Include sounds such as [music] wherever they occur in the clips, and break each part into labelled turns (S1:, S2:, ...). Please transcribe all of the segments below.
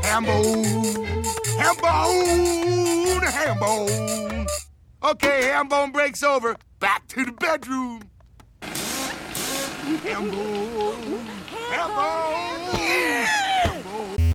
S1: Hambone, Hambone, Hambone. Okay, Hambone breaks over. Back to the bedroom. Hambone, Hambone.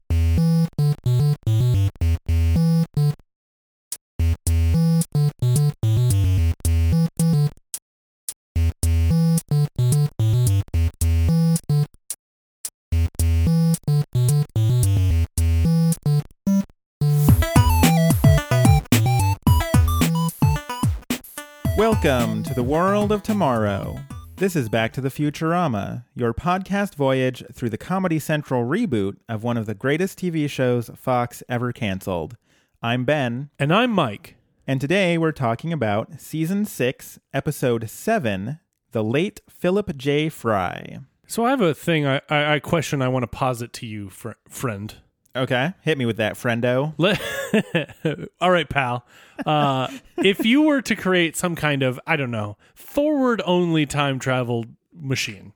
S2: Welcome to the world of tomorrow. This is Back to the Futurama, your podcast voyage through the Comedy Central reboot of one of the greatest TV shows Fox ever canceled. I'm Ben,
S3: And I'm Mike.
S2: and today we're talking about Season 6, Episode 7 The Late Philip J. Fry.
S3: So I have a thing I, I, I question I want to posit to you, fr- friend.
S2: Okay, hit me with that, friendo.
S3: Le- [laughs] All right, pal. Uh, if you were to create some kind of, I don't know, forward only time travel machine,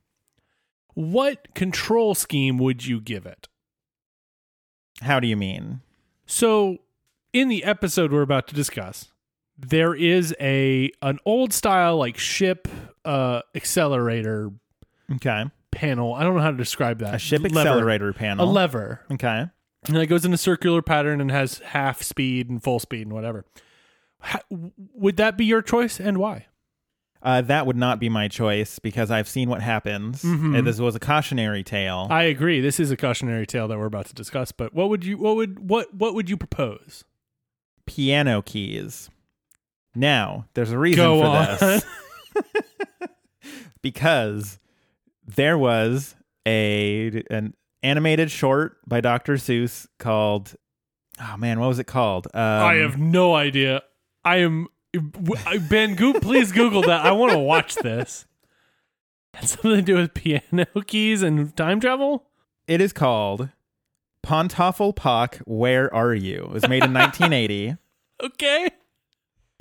S3: what control scheme would you give it?
S2: How do you mean?
S3: So, in the episode we're about to discuss, there is a an old style like ship uh accelerator
S2: Okay,
S3: panel. I don't know how to describe that.
S2: a ship
S3: Lever.
S2: accelerator
S3: A
S2: panel.
S3: lever.
S2: okay,
S3: and it goes in a circular pattern and has half speed and full speed and whatever. Ha- would that be your choice and why?
S2: Uh, that would not be my choice because I've seen what happens.
S3: Mm-hmm.
S2: Uh, This was a cautionary tale.
S3: I agree. This is a cautionary tale that we're about to discuss. But what would you? What would what what would you propose?
S2: Piano keys. Now, there's a reason
S3: Go
S2: for
S3: on. [laughs]
S2: this. because there was a an animated short by Dr. Seuss called Oh man, what was it called? Um,
S3: I have no idea. I am I- Ben. Go, please Google that. I want to watch this. Had something to do with piano [laughs] keys and time travel.
S2: It is called Pontoffel Pock, Where Are You? It was made
S3: [laughs]
S2: in 1980.
S3: Okay,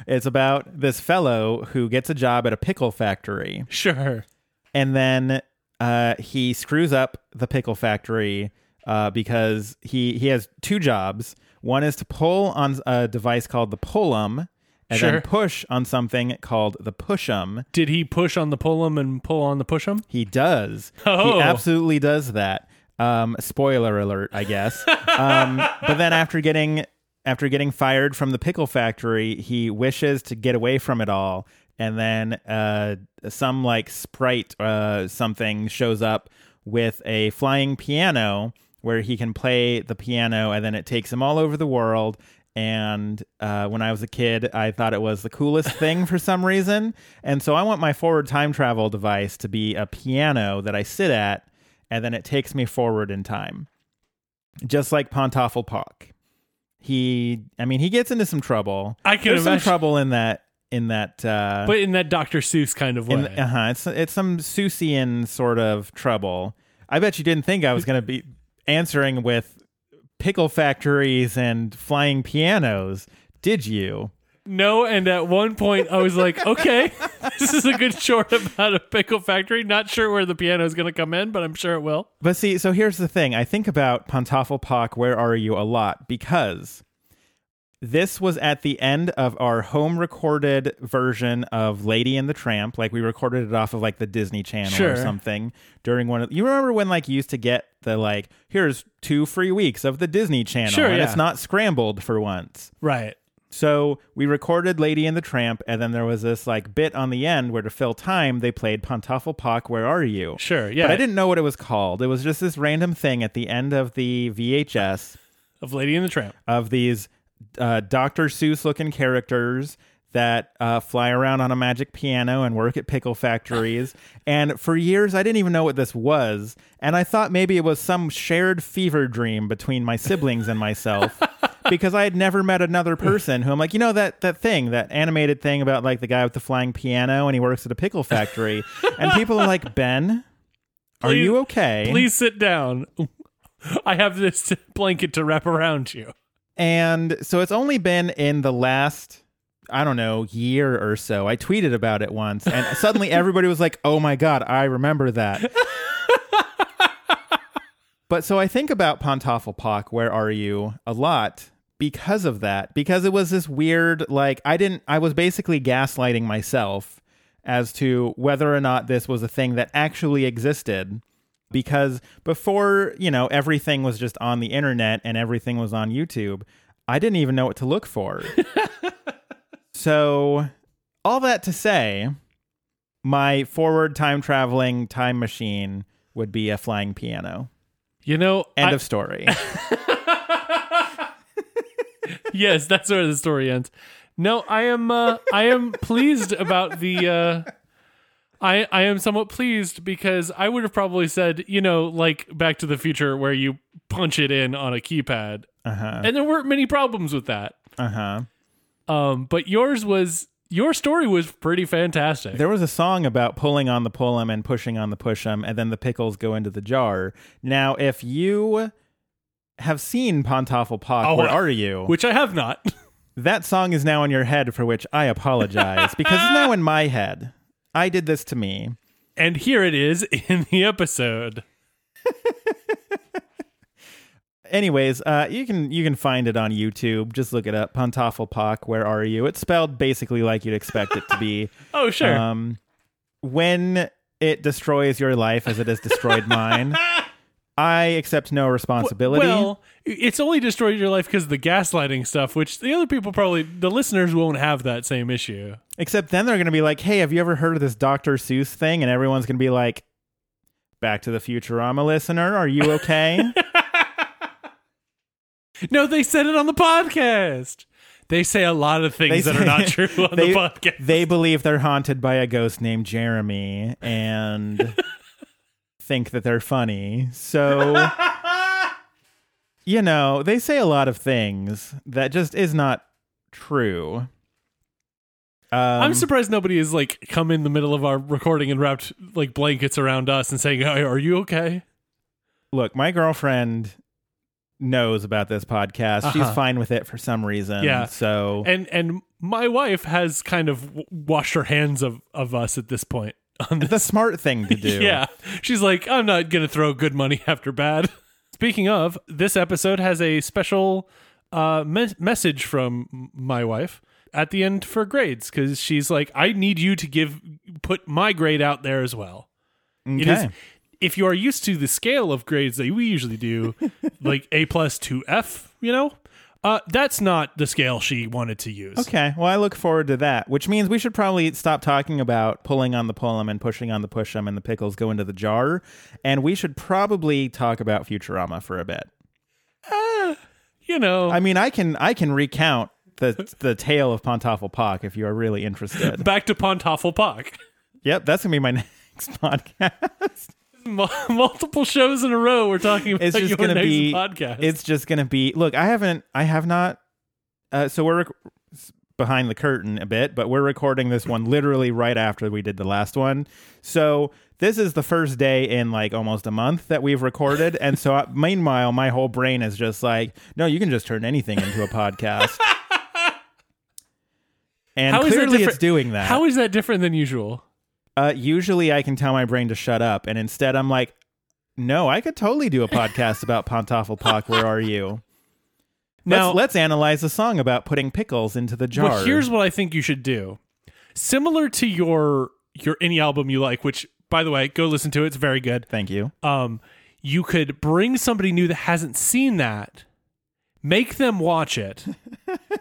S2: It's about this fellow who gets a job at a pickle factory.
S3: sure.
S2: and then uh, he screws up the pickle factory uh, because he he has two jobs. One is to pull on a device called the pullum, and
S3: Sure.
S2: then push on something called the pushum.
S3: Did he push on the pull 'em and pull on the push 'em?
S2: He does.
S3: Oh.
S2: He absolutely does that. Um, spoiler alert, I
S3: [laughs]
S2: guess. um, but then after getting after getting fired from the pickle factory, he wishes to get away from it all. And then uh, some like sprite uh, something shows up with a flying piano where he can play the piano, and then it takes him all over the world. And uh, when I was a kid, I thought it was the coolest thing for some reason. And so I want my forward time travel device to be a piano that I sit at, and then it takes me forward in time. Just like Pontoffel Pock. He, I mean, he gets into some trouble.
S3: I can
S2: There's
S3: imagine-
S2: some trouble in that, in that, uh,
S3: But in that Dr. Seuss kind of way.
S2: uh huh. It's it's some Susian sort of trouble. I bet you didn't think I was going to be answering with pickle factories and flying pianos, did you?
S3: No, and at one point I was like, [laughs] okay, this is a good short about a pickle factory. Not sure where the piano is going to come in, but I'm sure it will.
S2: But see, so here's the thing. I think about Pantoffelpock, Where Are You a lot because this was at the end of our home recorded version of Lady and the Tramp. Like we recorded it off of like the Disney Channel
S3: Sure.
S2: or something during one of you remember when like you used to get the like, here's two free weeks of the Disney Channel.
S3: Sure,
S2: and
S3: yeah.
S2: it's not scrambled for once.
S3: Right.
S2: So we recorded Lady and the Tramp, and then there was this like bit on the end where to fill time they played Pontoffel Pock, Where Are You?
S3: Sure, yeah.
S2: But I didn't know what it was called. It was just this random thing at the end of the VHS
S3: Of Lady and the Tramp.
S2: of these uh, Dr. Seuss looking characters that uh, fly around on a magic piano and work at pickle
S3: [laughs]
S2: factories. and for years, I didn't even know what this was. And I thought maybe it was some shared fever dream between my siblings and
S3: [laughs]
S2: myself. Because I had never met another person who I'm like, you know that that thing, that animated thing about like the guy with the flying piano and he works at a pickle factory, and people are like, Ben, are
S3: Please-
S2: you okay?
S3: Please sit down. I have this [laughs] blanket to wrap around you.
S2: And so it's only been in the last, I don't know, year or so. I tweeted about it once, and suddenly everybody was like, oh my God, I remember that. But so I think about Pantoffelpock, Where Are You, a lot because of that, because it was this weird, like, I didn't, I was basically gaslighting myself as to whether or not this was a thing that actually existed. Because before, you know, everything was just on the internet and everything was on YouTube, I didn't even know what to look
S3: [laughs]
S2: for. so, all that to say, my forward time traveling time machine would be a flying piano.
S3: You know,
S2: End
S3: I-
S2: of
S3: [laughs]
S2: story.
S3: yes, that's where the story ends. No, I am uh,
S2: [laughs]
S3: I am pleased about the uh, I I am somewhat pleased because I would have probably said, you know, like Back to the Future where you punch it in on a keypad.
S2: Uh-huh.
S3: And there weren't many problems with that.
S2: Uh-huh.
S3: Um but yours was your story was pretty fantastic.
S2: There was a song about pulling on the pullum and pushing on the pushum, and then the pickles go into the jar. Now, if you have seen Pontoffel Pock,
S3: Oh,
S2: where
S3: uh,
S2: are you?
S3: which I have not. [laughs]
S2: that song is now in your head, for which I apologize, because it's now in my head. I did this to me.
S3: and here it is in the episode.
S2: Anyways, uh, you can you can find it on YouTube. Just look it up. Pontoffel Pock, where are you? It's spelled basically like you'd expect it to be.
S3: Oh [laughs] sure.
S2: Um, when it destroys your life as it has destroyed mine, I accept no responsibility.
S3: Well, it's only destroyed your life because of the gaslighting stuff, which the other people probably, the listeners won't have that same issue.
S2: Except then they're going to be like, hey, have you ever heard of this Dr. Seuss thing? And everyone's going to be like, Back to the Futurama listener, are you okay?
S3: No, they said it on the podcast. They say a lot of things that are
S2: say- [laughs]
S3: not true on
S2: they,
S3: the podcast.
S2: They believe they're haunted by a ghost named Jeremy
S3: [laughs]
S2: and think that they're funny. So, you know, they say a lot of things that just is not true. Um,
S3: I'm surprised nobody has like come in the middle of our recording and wrapped like blankets around us and saying, "Hey, "Are you okay?"
S2: look, my girlfriend knows about this podcast. She's
S3: Uh-huh.
S2: fine with it for some reason.
S3: Yeah.
S2: So
S3: And and my wife has kind of w- washed her hands of of us at this point. [laughs] On this.
S2: the smart thing
S3: [laughs]
S2: to do.
S3: Yeah. She's like, I'm not going to throw good money [laughs] after bad. Speaking of, this episode has a special uh, me- message from m- my wife at the end for grades because she's like, I need you to give put my grade out there as well. It is-
S2: Okay.
S3: if you are used to the scale of grades that we
S2: [laughs]
S3: usually do, like A plus to F, you know, uh, that's not the scale she wanted to use.
S2: Okay. Well, I look forward to that, which means we should probably stop talking about pulling on the pullum and pushing on the pushum and the pickles go into the jar. And we should probably talk about Futurama for a bit.
S3: You know,
S2: I mean, I can I can recount the the tale of Pontoffel Pock if you are really
S3: [laughs]
S2: interested.
S3: back to Pontoffelpock.
S2: yep, that's gonna be my [laughs] next podcast.
S3: Mul- multiple shows in a row we're talking about
S2: it's just
S3: your
S2: gonna
S3: next
S2: be
S3: podcast.
S2: It's just gonna be. Look, I haven't. I have not. Uh, so we're rec- s- behind the curtain a bit, but we're recording this one literally right after we did the last one. So this is the first day in like almost a month that we've recorded, and so I, meanwhile, my whole brain is just like, no, you can just turn anything into a
S3: [laughs]
S2: podcast. And
S3: How is that
S2: clearly, it's
S3: different-
S2: doing that.
S3: How is that different than usual?
S2: Uh, usually I can tell my brain to shut up, and instead I'm like, no, I could totally do a podcast
S3: [laughs]
S2: about Pantoffelpock. Where are you? Now
S3: Now-
S2: let's, let's analyze a song about putting pickles into the jar.
S3: Well, here's what I think you should do. Similar to your your any album you like, which by the way, go listen to it. It's very good.
S2: Thank you.
S3: Um, you could bring somebody new that hasn't seen that, make them watch it,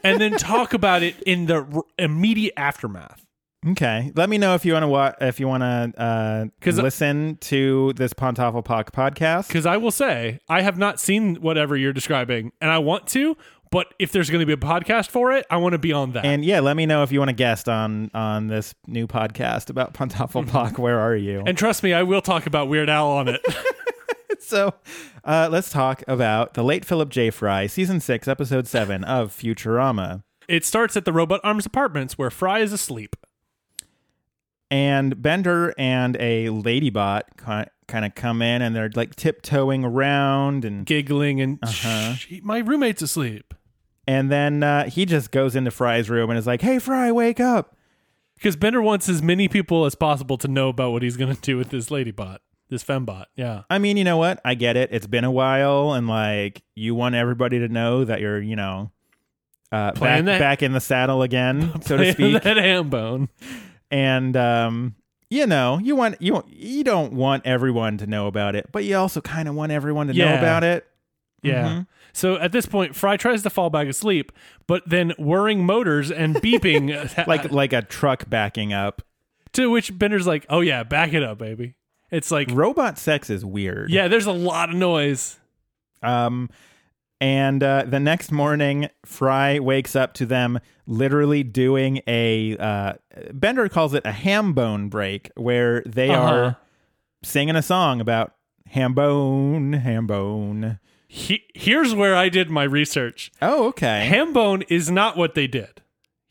S3: and then talk about it in the r- immediate aftermath.
S2: Okay, let me know if you want to wa- if you want to uh,
S3: 'Cause-
S2: listen to this Pantoffelpock podcast.
S3: Because I will say, I have not seen whatever you're describing, and I want to. But if there's going to be a podcast for it, I want to be on that.
S2: And yeah, let me know if you want to guest on on this new podcast about Pantoffelpock. Where are you?
S3: Mm-hmm. And trust me, I will talk about Weird Al
S2: [laughs]
S3: on it.
S2: So uh, let's talk about the late Philip J. Fry, season six, episode seven of Futurama.
S3: it starts at the Robot Arms Apartments where Fry is asleep.
S2: and Bender and a ladybot kind of come in and they're like tiptoeing around and
S3: Giggling and
S2: Uh-huh.
S3: "Shh, my roommate's asleep.
S2: and then uh, he just goes into Fry's room and is like, "Hey Fry, wake up."
S3: Because Bender wants as many people as possible to know about what he's going to do with this ladybot. This fembot. Yeah.
S2: I mean, you know what? I get it. It's been a while, and like you want everybody to know that you're, you know, uh, back
S3: Playing that-
S2: back in the saddle
S3: [laughs]
S2: again, so to speak.
S3: that ham bone.
S2: And um, you know, you want you want- you don't want everyone to know about it, but you also kind of want everyone to know
S3: Yeah.
S2: about it.
S3: Yeah.
S2: Mm-hmm.
S3: So at this point, Fry tries to fall back asleep, but then whirring motors and beeping,
S2: [laughs] Like like a truck backing up.
S3: to which Bender's like, "Oh yeah, back it up, baby." It's like,
S2: Robot sex is weird.
S3: yeah, there's a lot of noise.
S2: Um, and uh, the next morning, Fry wakes up to them literally doing a uh, Bender calls it a ham bone break, where they
S3: Uh-huh.
S2: are singing a song about ham bone, ham bone.
S3: He- here's where I did my research.
S2: Oh, okay.
S3: Hambone is not what they did.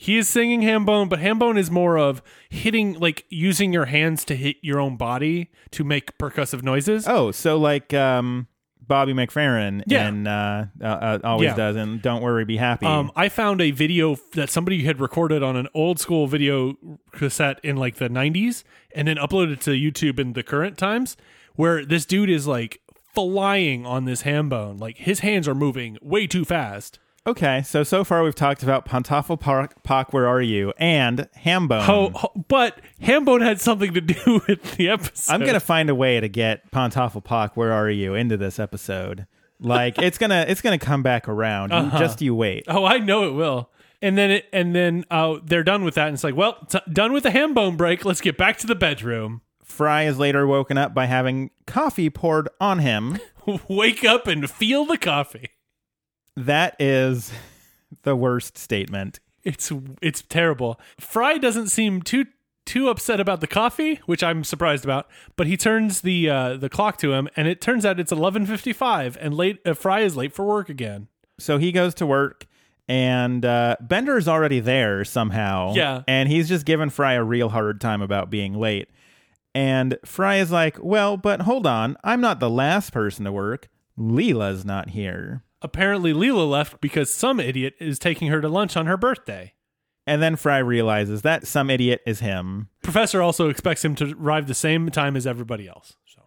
S3: He is singing Hambone, but Hambone is more of hitting, like using your hands to hit your own body to make percussive noises.
S2: oh, so like um, Bobby McFerrin
S3: Yeah.
S2: and uh, uh, uh, always
S3: Yeah.
S2: does, and don't worry, be happy.
S3: Um, I found a video f- that somebody had recorded on an old school video cassette in like the 90s and then uploaded to YouTube in the current times where this dude is like flying on this ham bone. Like his hands are moving way too fast.
S2: okay, so so far we've talked about Pantoffel Park, Park Where Are You, and ham bone.
S3: Oh, ho- but Hambone had something to [laughs] do with the
S2: [laughs]
S3: episode.
S2: I'm gonna find a way to get Pontoffelpock, where are you, into this episode. Like it's gonna it's gonna come back around. You- Just you wait.
S3: Oh, I know it will. And then it, and then uh, they're done with that, and it's like, well, t- done with the ham bone break. Let's get back to the bedroom. [laughs]
S2: Fry is later woken up by having coffee poured on him.
S3: Wake up and feel the coffee.
S2: That is the worst statement.
S3: It's it's terrible. Fry doesn't seem too too upset about the coffee, which I'm surprised about. But he turns the uh, the clock to him, and it turns out it's 11:55, and late uh, Fry is late for work again.
S2: So he goes to work and uh, Bender is already there somehow.
S3: Yeah.
S2: And he's just giving Fry a real hard time about being late. And Fry is like, Well, but hold on, I'm not the last person to work. Leela's not here.
S3: Apparently, Leela left because some idiot is taking her to lunch on her birthday.
S2: And then Fry realizes that some idiot is him.
S3: Professor also expects him to arrive the same time as everybody else. So,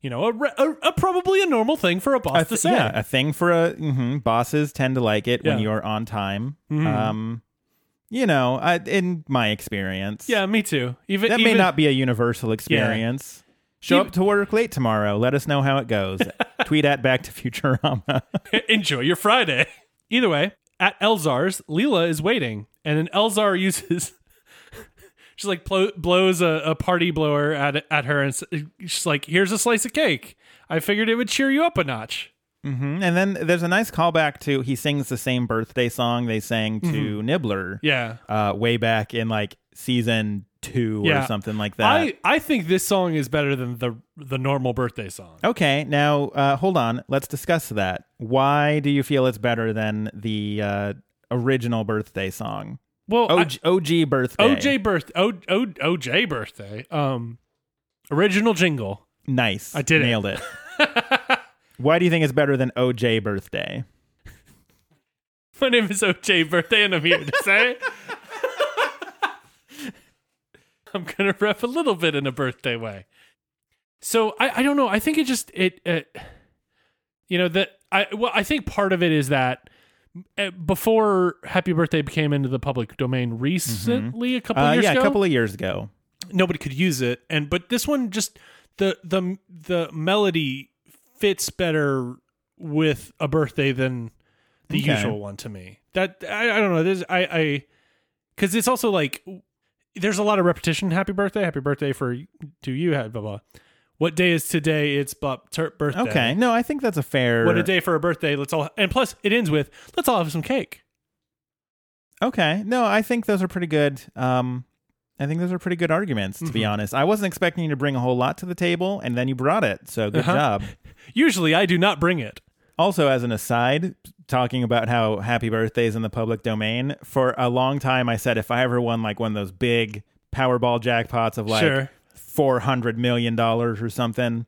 S3: you know, a, re- a, a probably a normal thing for a boss
S2: A
S3: to
S2: th-
S3: say.
S2: yeah, a thing for a mhm, bosses tend to like it when
S3: Yeah.
S2: you're on time.
S3: Mhm.
S2: Um, you know, I, in my experience,
S3: Yeah, me too. Even
S2: that
S3: even-
S2: may not be a universal experience. Show
S3: Even-
S2: up to work late tomorrow. Let us know how it [laughs] goes. Tweet at Back to [laughs] Futurama.
S3: [laughs] enjoy your Friday. Either way, at Elzar's, Leela is waiting, and then Elzar uses. [laughs] She's like plo- blows a, a party blower at at her, and s- she's like, "Here's a slice of cake. I figured it would cheer you up a notch."
S2: hmm And then there's a nice callback to he sings the same birthday song they sang to Nibbler
S3: Yeah,
S2: uh, way back in like season two or
S3: Yeah.
S2: something like that.
S3: I I think this song is better than the the normal birthday song.
S2: Okay, now uh, hold on. Let's discuss that. Why do you feel it's better than the uh, original birthday song?
S3: Well, I-
S2: OG, OG birthday.
S3: OJ birth Oh, o, o, OJ birthday. Um original jingle.
S2: Nice.
S3: I did it.
S2: Nailed
S3: [laughs]
S2: it. Why do you think it's better than OJ birthday?
S3: My name is OJ birthday and I'm here to say I'm going to rep a little bit in a birthday way. So I I don't know. I think it just it, it you know that I well I think part of it is that uh, before Happy Birthday became into the public domain recently, a couple
S2: Mm-hmm. Uh,
S3: years
S2: yeah,
S3: ago,
S2: a couple of years ago.
S3: nobody could use it and but this one just the the the melody fits better with a birthday than the
S2: Okay.
S3: usual one to me that i, I don't know there's i i because it's also like there's a lot of repetition happy birthday happy birthday for to you blah blah, blah. what day is today it's blah, ter- birthday
S2: Okay. No, I think that's a fair.
S3: what a day for a birthday let's all and plus it ends with let's all have some cake
S2: Okay. No, I think those are pretty good. Um, I think those are pretty good arguments, to be
S3: Mm-hmm.
S2: honest. I wasn't expecting you to bring a whole lot to the table, and then you brought it. So good
S3: Uh-huh.
S2: job.
S3: usually i do not bring it
S2: Also, as an aside, talking about how happy birthdays in the public domain, for a long time I said if I ever won like one of those big Powerball jackpots of like
S3: Sure.
S2: $400 million or something,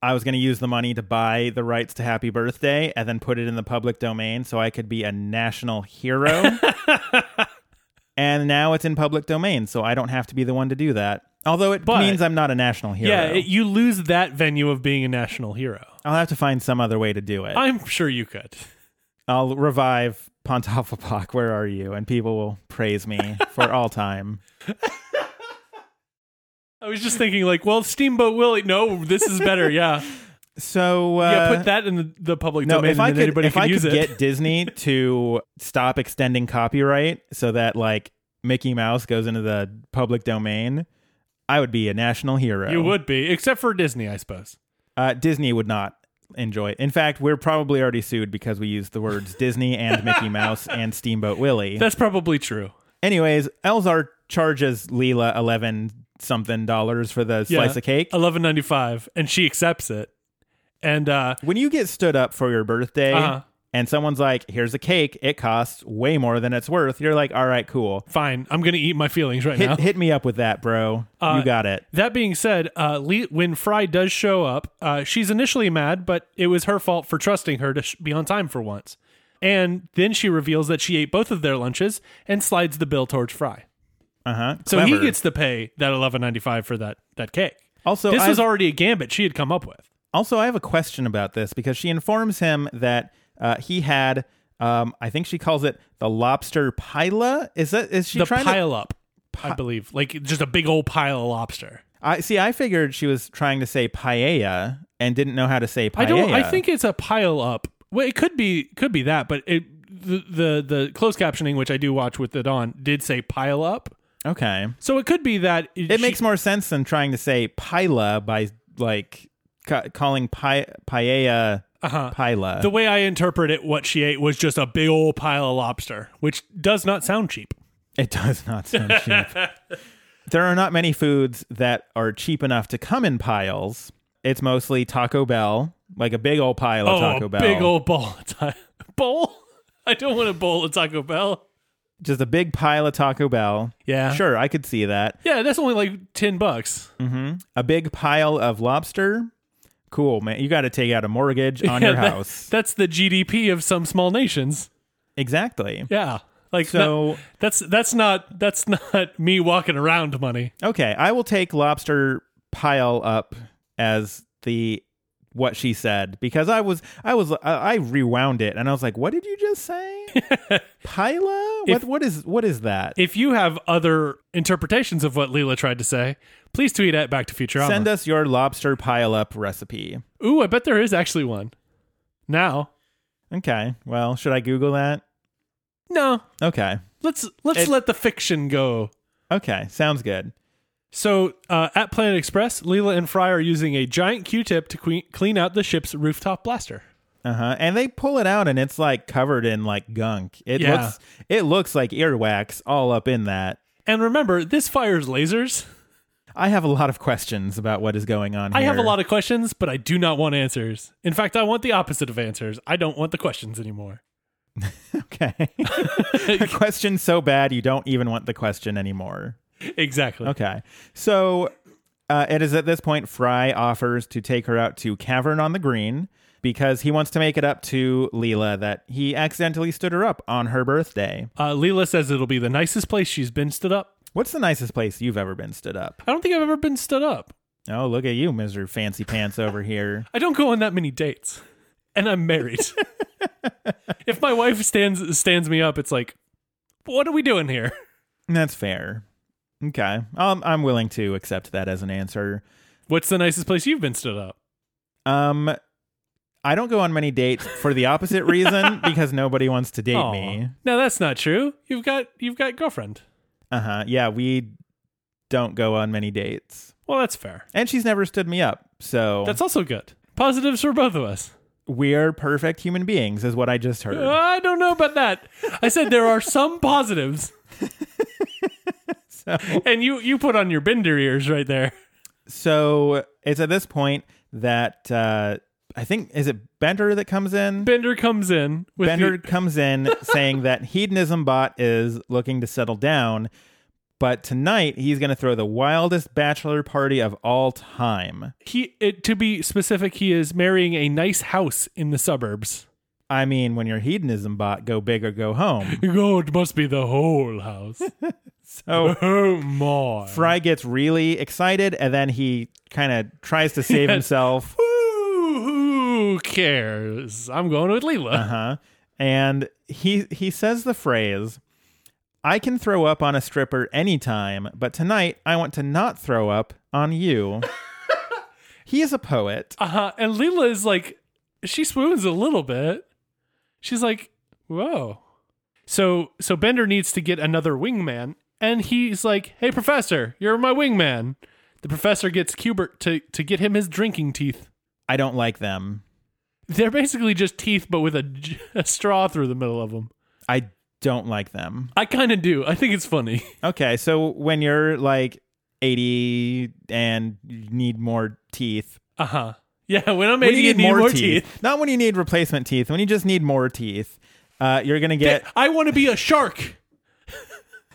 S2: I was going to use the money to buy the rights to happy birthday and then put it in the public domain so I could be a national
S3: [laughs]
S2: hero. and now it's in public domain, so I don't have to be the one to do that. Although it
S3: But-
S2: means I'm not a national hero.
S3: Yeah, it, you lose that venue of being a national hero.
S2: I'll have to find some other way to do it.
S3: I'm sure you could.
S2: I'll revive Pontoffipoc. Where are you? And people will praise me for all time.
S3: I was just thinking, like, well, Steamboat Willie. No, this is better.
S2: [laughs]
S3: Yeah,
S2: So uh,
S3: yeah. Put that in the, the public
S2: No,
S3: domain,
S2: if
S3: and
S2: I
S3: then
S2: could,
S3: anybody
S2: if
S3: can
S2: I
S3: use
S2: could
S3: it.
S2: get Disney to stop extending copyright so that like Mickey Mouse goes into the public domain, I would be a national hero.
S3: you would be, except for Disney, I suppose.
S2: Uh, Disney would not enjoy it. In fact, we're probably already sued because we used the words Disney
S3: [laughs]
S2: and Mickey Mouse and Steamboat Willie.
S3: That's probably true.
S2: Anyways, Elzar charges Leela eleven something dollars for the
S3: Yeah.
S2: slice of cake.
S3: Eleven ninety five, and she accepts it. And uh,
S2: When you get stood up for your birthday.
S3: Uh-huh.
S2: And someone's like, here's a cake. It costs way more than it's worth. You're like, all right, cool.
S3: fine, I'm gonna eat my feelings right
S2: Hit,
S3: now.
S2: hit me up with that, bro.
S3: Uh,
S2: you got it.
S3: That being said, uh, Le- when Fry does show up, uh, she's initially mad, but it was her fault for trusting her to sh- be on time for once. And then she reveals that she ate both of their lunches and slides the bill towards Fry.
S2: Uh huh.
S3: So he gets to pay that eleven ninety five for that that cake.
S2: Also,
S3: this was
S2: I've-
S3: already a gambit she had come up with.
S2: Also, I have a question about this because she informs him that uh, he had, um, I think she calls it the lobster pila. Is that is she
S3: The
S2: trying to?
S3: pile up, I believe, like just a big old pile of lobster.
S2: I see. I figured she was trying to say paella and didn't know how to say paella.
S3: I don't. I think it's a pile up. Well, it could be could be that, but it the the, the closed captioning, which I do watch with it on, did say pile up.
S2: Okay,
S3: So it could be that
S2: it makes more sense than trying to say pila by like ca- calling pi- paella uh pila.
S3: Uh-huh. the way I interpret it. What she ate was just a big old pile of lobster, which does not sound cheap.
S2: It does not
S3: [laughs]
S2: sound cheap. there are not many foods that are cheap enough to come in piles. It's mostly Taco Bell, like a big old pile of
S3: oh,
S2: Taco
S3: a
S2: Bell.
S3: big old bowl of ta- [laughs] bowl. I don't want a bowl of Taco Bell.
S2: Just a big pile of Taco Bell.
S3: Yeah.
S2: Sure, I could see that.
S3: Yeah, that's only like ten bucks.
S2: A big pile of lobster. Cool, man. You got to take out a mortgage on
S3: [laughs] Yeah,
S2: your
S3: that-
S2: house.
S3: that's the GDP of some small nations.
S2: Exactly.
S3: Yeah. Like
S2: So-
S3: no- that's that's not that's not [laughs] me walking around money.
S2: Okay, I will take lobster pile up as the what she said because I was I was I- I rewound it and I was like, what did you just
S3: [laughs]
S2: say? Pila? What
S3: If-
S2: what is what is that?
S3: If you have other interpretations of what Leela tried to say, please tweet at Back to Futurama.
S2: Send us your lobster pile up recipe.
S3: Ooh, I bet there is actually one. Now,
S2: Okay. Well, should I Google that?
S3: no,
S2: Okay.
S3: let's let's
S2: It-
S3: let the fiction go.
S2: Okay. Sounds good.
S3: So uh, at Planet Express, Leela and Fry are using a giant Q-tip to que- clean out the ship's rooftop blaster.
S2: Uh huh. And they pull it out and it's like covered in like gunk. It
S3: Yeah.
S2: looks it looks like earwax all up in that.
S3: And remember, this fires lasers.
S2: I have a lot of questions about what is going on.
S3: I have a
S2: here.
S3: lot of questions, but I do not want answers. In fact, I want the opposite of answers. I don't want the questions anymore.
S2: Okay. [laughs] a question so bad you don't even want the question anymore.
S3: Exactly.
S2: Okay. So uh, it is at this point Fry offers to take her out to Cavern on the Green because he wants to make it up to Leela that he accidentally stood her up on her birthday.
S3: Uh, Leela says it'll be the nicest place she's been stood up.
S2: What's the nicest place you've ever been stood up?
S3: I don't think I've ever been stood up.
S2: Oh, look at you, Mr. Fancy Pants over here.
S3: I don't go on that many dates, and I'm [laughs] married. if my wife stands stands me up, it's like, what are we doing here?
S2: That's fair. Okay. Um, I'm willing to accept that as an answer.
S3: What's the nicest place you've been stood up?
S2: Um, I don't go on many dates for the
S3: [laughs]
S2: opposite reason because nobody wants to date
S3: Aw.
S2: me.
S3: No, that's not true. You've got you've got girlfriend.
S2: Uh huh. Yeah, we don't go on many dates,
S3: Well, that's fair.
S2: and she's never stood me up. So
S3: That's also good. Positives for both of us.
S2: we're perfect human beings, is what I just heard.
S3: I don't know about that. I said there are some [laughs] positives. and you you put on your bender ears right there.
S2: so it's at this point that uh, I think is it Bender that comes in.
S3: Bender comes in with the-
S2: Bender comes
S3: [laughs]
S2: in saying that Hedonism Bot is looking to settle down, but tonight he's going to throw the wildest bachelor party of all time.
S3: he it, to be specific he is marrying a nice house in the suburbs.
S2: I mean, when your hedonism bot go big or go home.
S3: [laughs] Oh, it must be the whole house.
S2: So
S3: oh my.
S2: Fry gets really excited and then he kind of tries to save himself.
S3: Who cares? I'm going with Leela.
S2: Uh-huh. And he he says the phrase, I can throw up on a stripper anytime, but tonight I want to not throw up on you. he is a poet.
S3: [laughs] Uh-huh. And Leela is like, she swoons a little bit. She's like, whoa. So so Bender needs to get another wingman, and he's like, Hey professor, you're my wingman. The professor gets Cubert to, to get him his drinking teeth.
S2: I don't like them.
S3: They're basically just teeth, but with a, j- [laughs] a straw through the middle of them.
S2: I don't like them.
S3: I kind of do. I think it's funny.
S2: Okay, so when you're like 80 and you need more teeth,
S3: Uh huh. Yeah, when I'm
S2: when
S3: 80,
S2: you
S3: you
S2: need, more, teeth.
S3: teeth.
S2: not when you need replacement teeth, when you just need more teeth, uh, you're gonna get
S3: I want to be a shark.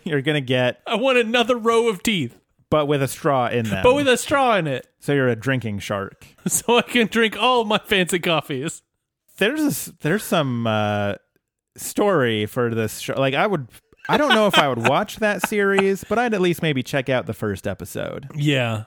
S2: you're gonna get,
S3: I want another row of teeth,
S2: but with a straw in them.
S3: but with a straw in it, [laughs]
S2: so you're a drinking shark.
S3: so I can drink all my fancy coffees.
S2: There's a s there's some uh, story for this show. Like I would, I don't know if I [laughs] would watch that series, but I'd at least maybe check out the first episode.
S3: Yeah.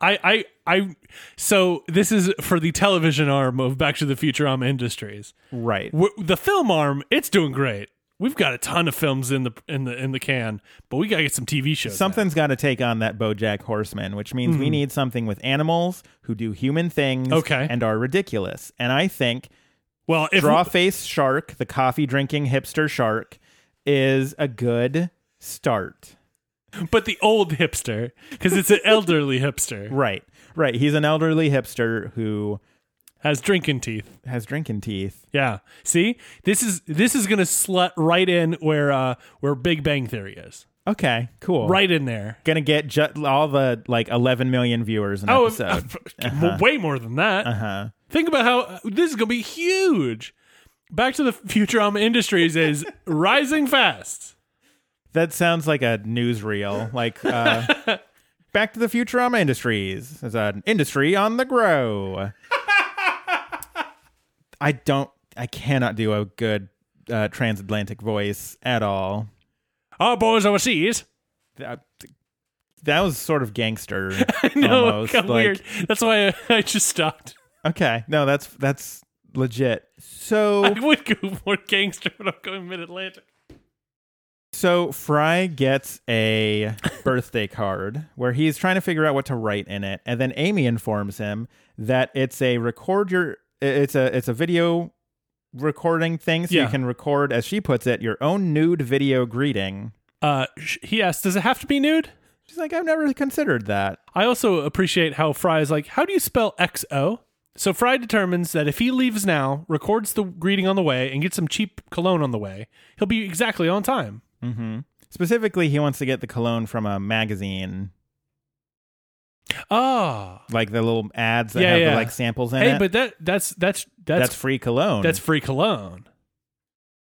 S3: I, I, I, so this is for the television arm of Back to the Futurama Industries.
S2: Right.
S3: W the film arm, it's doing great. We've got a ton of films in the in the in the can, but we gotta get some TV shows. now.
S2: Something's got to take on that BoJack Horseman, which means we need something with animals who do human things
S3: Okay.
S2: and are ridiculous. And I think
S3: Well, if
S2: Drawface Shark, the coffee drinking hipster shark, is a good start.
S3: but the old hipster, because it's an [laughs] elderly hipster,
S2: Right. Right. He's an elderly hipster who
S3: has drinking teeth.
S2: has drinking teeth.
S3: Yeah. See, this is this is gonna slut right in where uh where Big Bang Theory is.
S2: Okay, cool.
S3: Right in there.
S2: Gonna get ju- all the like 11 million viewers an
S3: Oh,
S2: episode.
S3: [laughs] way more than that.
S2: Uh-huh.
S3: Think about how uh, this is gonna be huge. Back to the Futurama Industries
S2: [laughs]
S3: is rising fast.
S2: That sounds like a newsreel. Like, uh,
S3: [laughs]
S2: Back to the Futurama Industries. It's an industry on the grow. [laughs] I don't, I cannot do a good uh, transatlantic voice at all.
S3: Our Oh, boys overseas.
S2: that, that was sort of
S3: [laughs]
S2: gangster.
S3: [laughs] No,
S2: almost.
S3: it got
S2: like,
S3: weird. That's why I, I just stopped.
S2: Okay, no, that's that's legit. So
S3: I would go more gangster when I'm going mid Atlantic.
S2: so Fry gets a birthday card where he's trying to figure out what to write in it, and then Amy informs him that it's a record your it's a it's a video recording thing, so
S3: Yeah.
S2: you can record, as she puts it, your own nude video greeting.
S3: Uh, sh- he asked, Does it have to be nude?
S2: She's like, I've never considered that.
S3: I also appreciate how Fry is like, how do you spell XO? So Fry determines that if he leaves now, records the greeting on the way, and gets some cheap cologne on the way, he'll be exactly on time.
S2: Mm-hmm. Specifically, he wants to get the cologne from a magazine
S3: Oh.
S2: like the little ads that
S3: Yeah,
S2: have
S3: yeah.
S2: the like samples in
S3: Hey,
S2: it.
S3: but that that's that's that's
S2: that's free cologne.
S3: that's free cologne.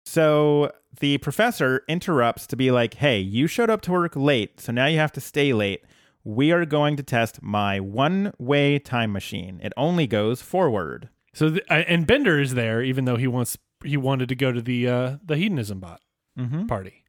S2: so the professor interrupts to be like, "Hey, you showed up to work late, so now you have to stay late. We are going to test my one-way time machine. It only goes forward."
S3: So th- I- and Bender is there even though he wants he wanted to go to the uh the hedonism bot
S2: Mhm.
S3: party.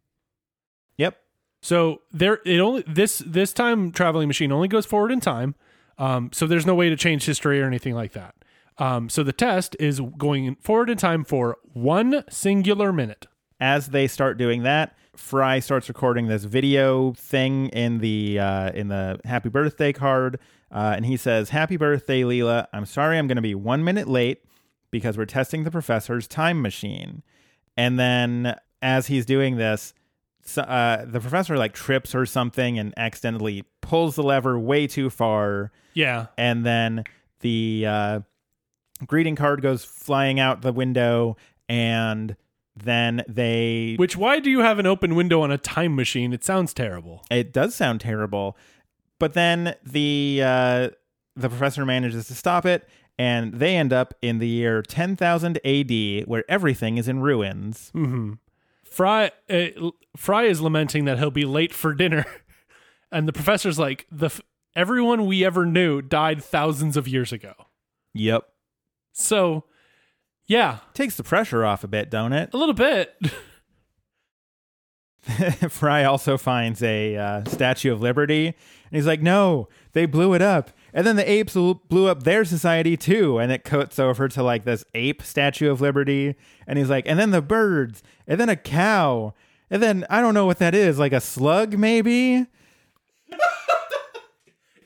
S2: Yep.
S3: So there it only this this time traveling machine only goes forward in time. Um, so there's no way to change history or anything like that. Um, so the test is going forward in time for one singular minute.
S2: As they start doing that, Fry starts recording this video thing in the uh, in the happy birthday card, uh, and he says, "Happy birthday, Leela. I'm sorry I'm going to be one minute late because we're testing the professor's time machine." And then, as he's doing this, so, uh, the professor like trips or something and accidentally pulls the lever way too far,
S3: Yeah.
S2: and then the uh, greeting card goes flying out the window, and then they
S3: Which why do you have an open window on a time machine? It sounds terrible.
S2: It does sound terrible. But then the uh, the professor manages to stop it, and they end up in the year 10,000 AD, where everything is in ruins.
S3: Fry uh, Fry is lamenting that he'll be late for dinner, [laughs] and the professor's like the f- everyone we ever knew died thousands of years ago.
S2: Yep.
S3: So Yeah,
S2: Takes the pressure off a bit, don't it?
S3: a little bit.
S2: [laughs]
S3: [laughs]
S2: Fry also finds a uh, Statue of Liberty, and he's like, "No, they blew it up." And then the apes l- blew up their society too, and it cuts over to like this ape Statue of Liberty, and he's like, "And then the birds, and then a cow, and then I don't know what that is, like a slug maybe."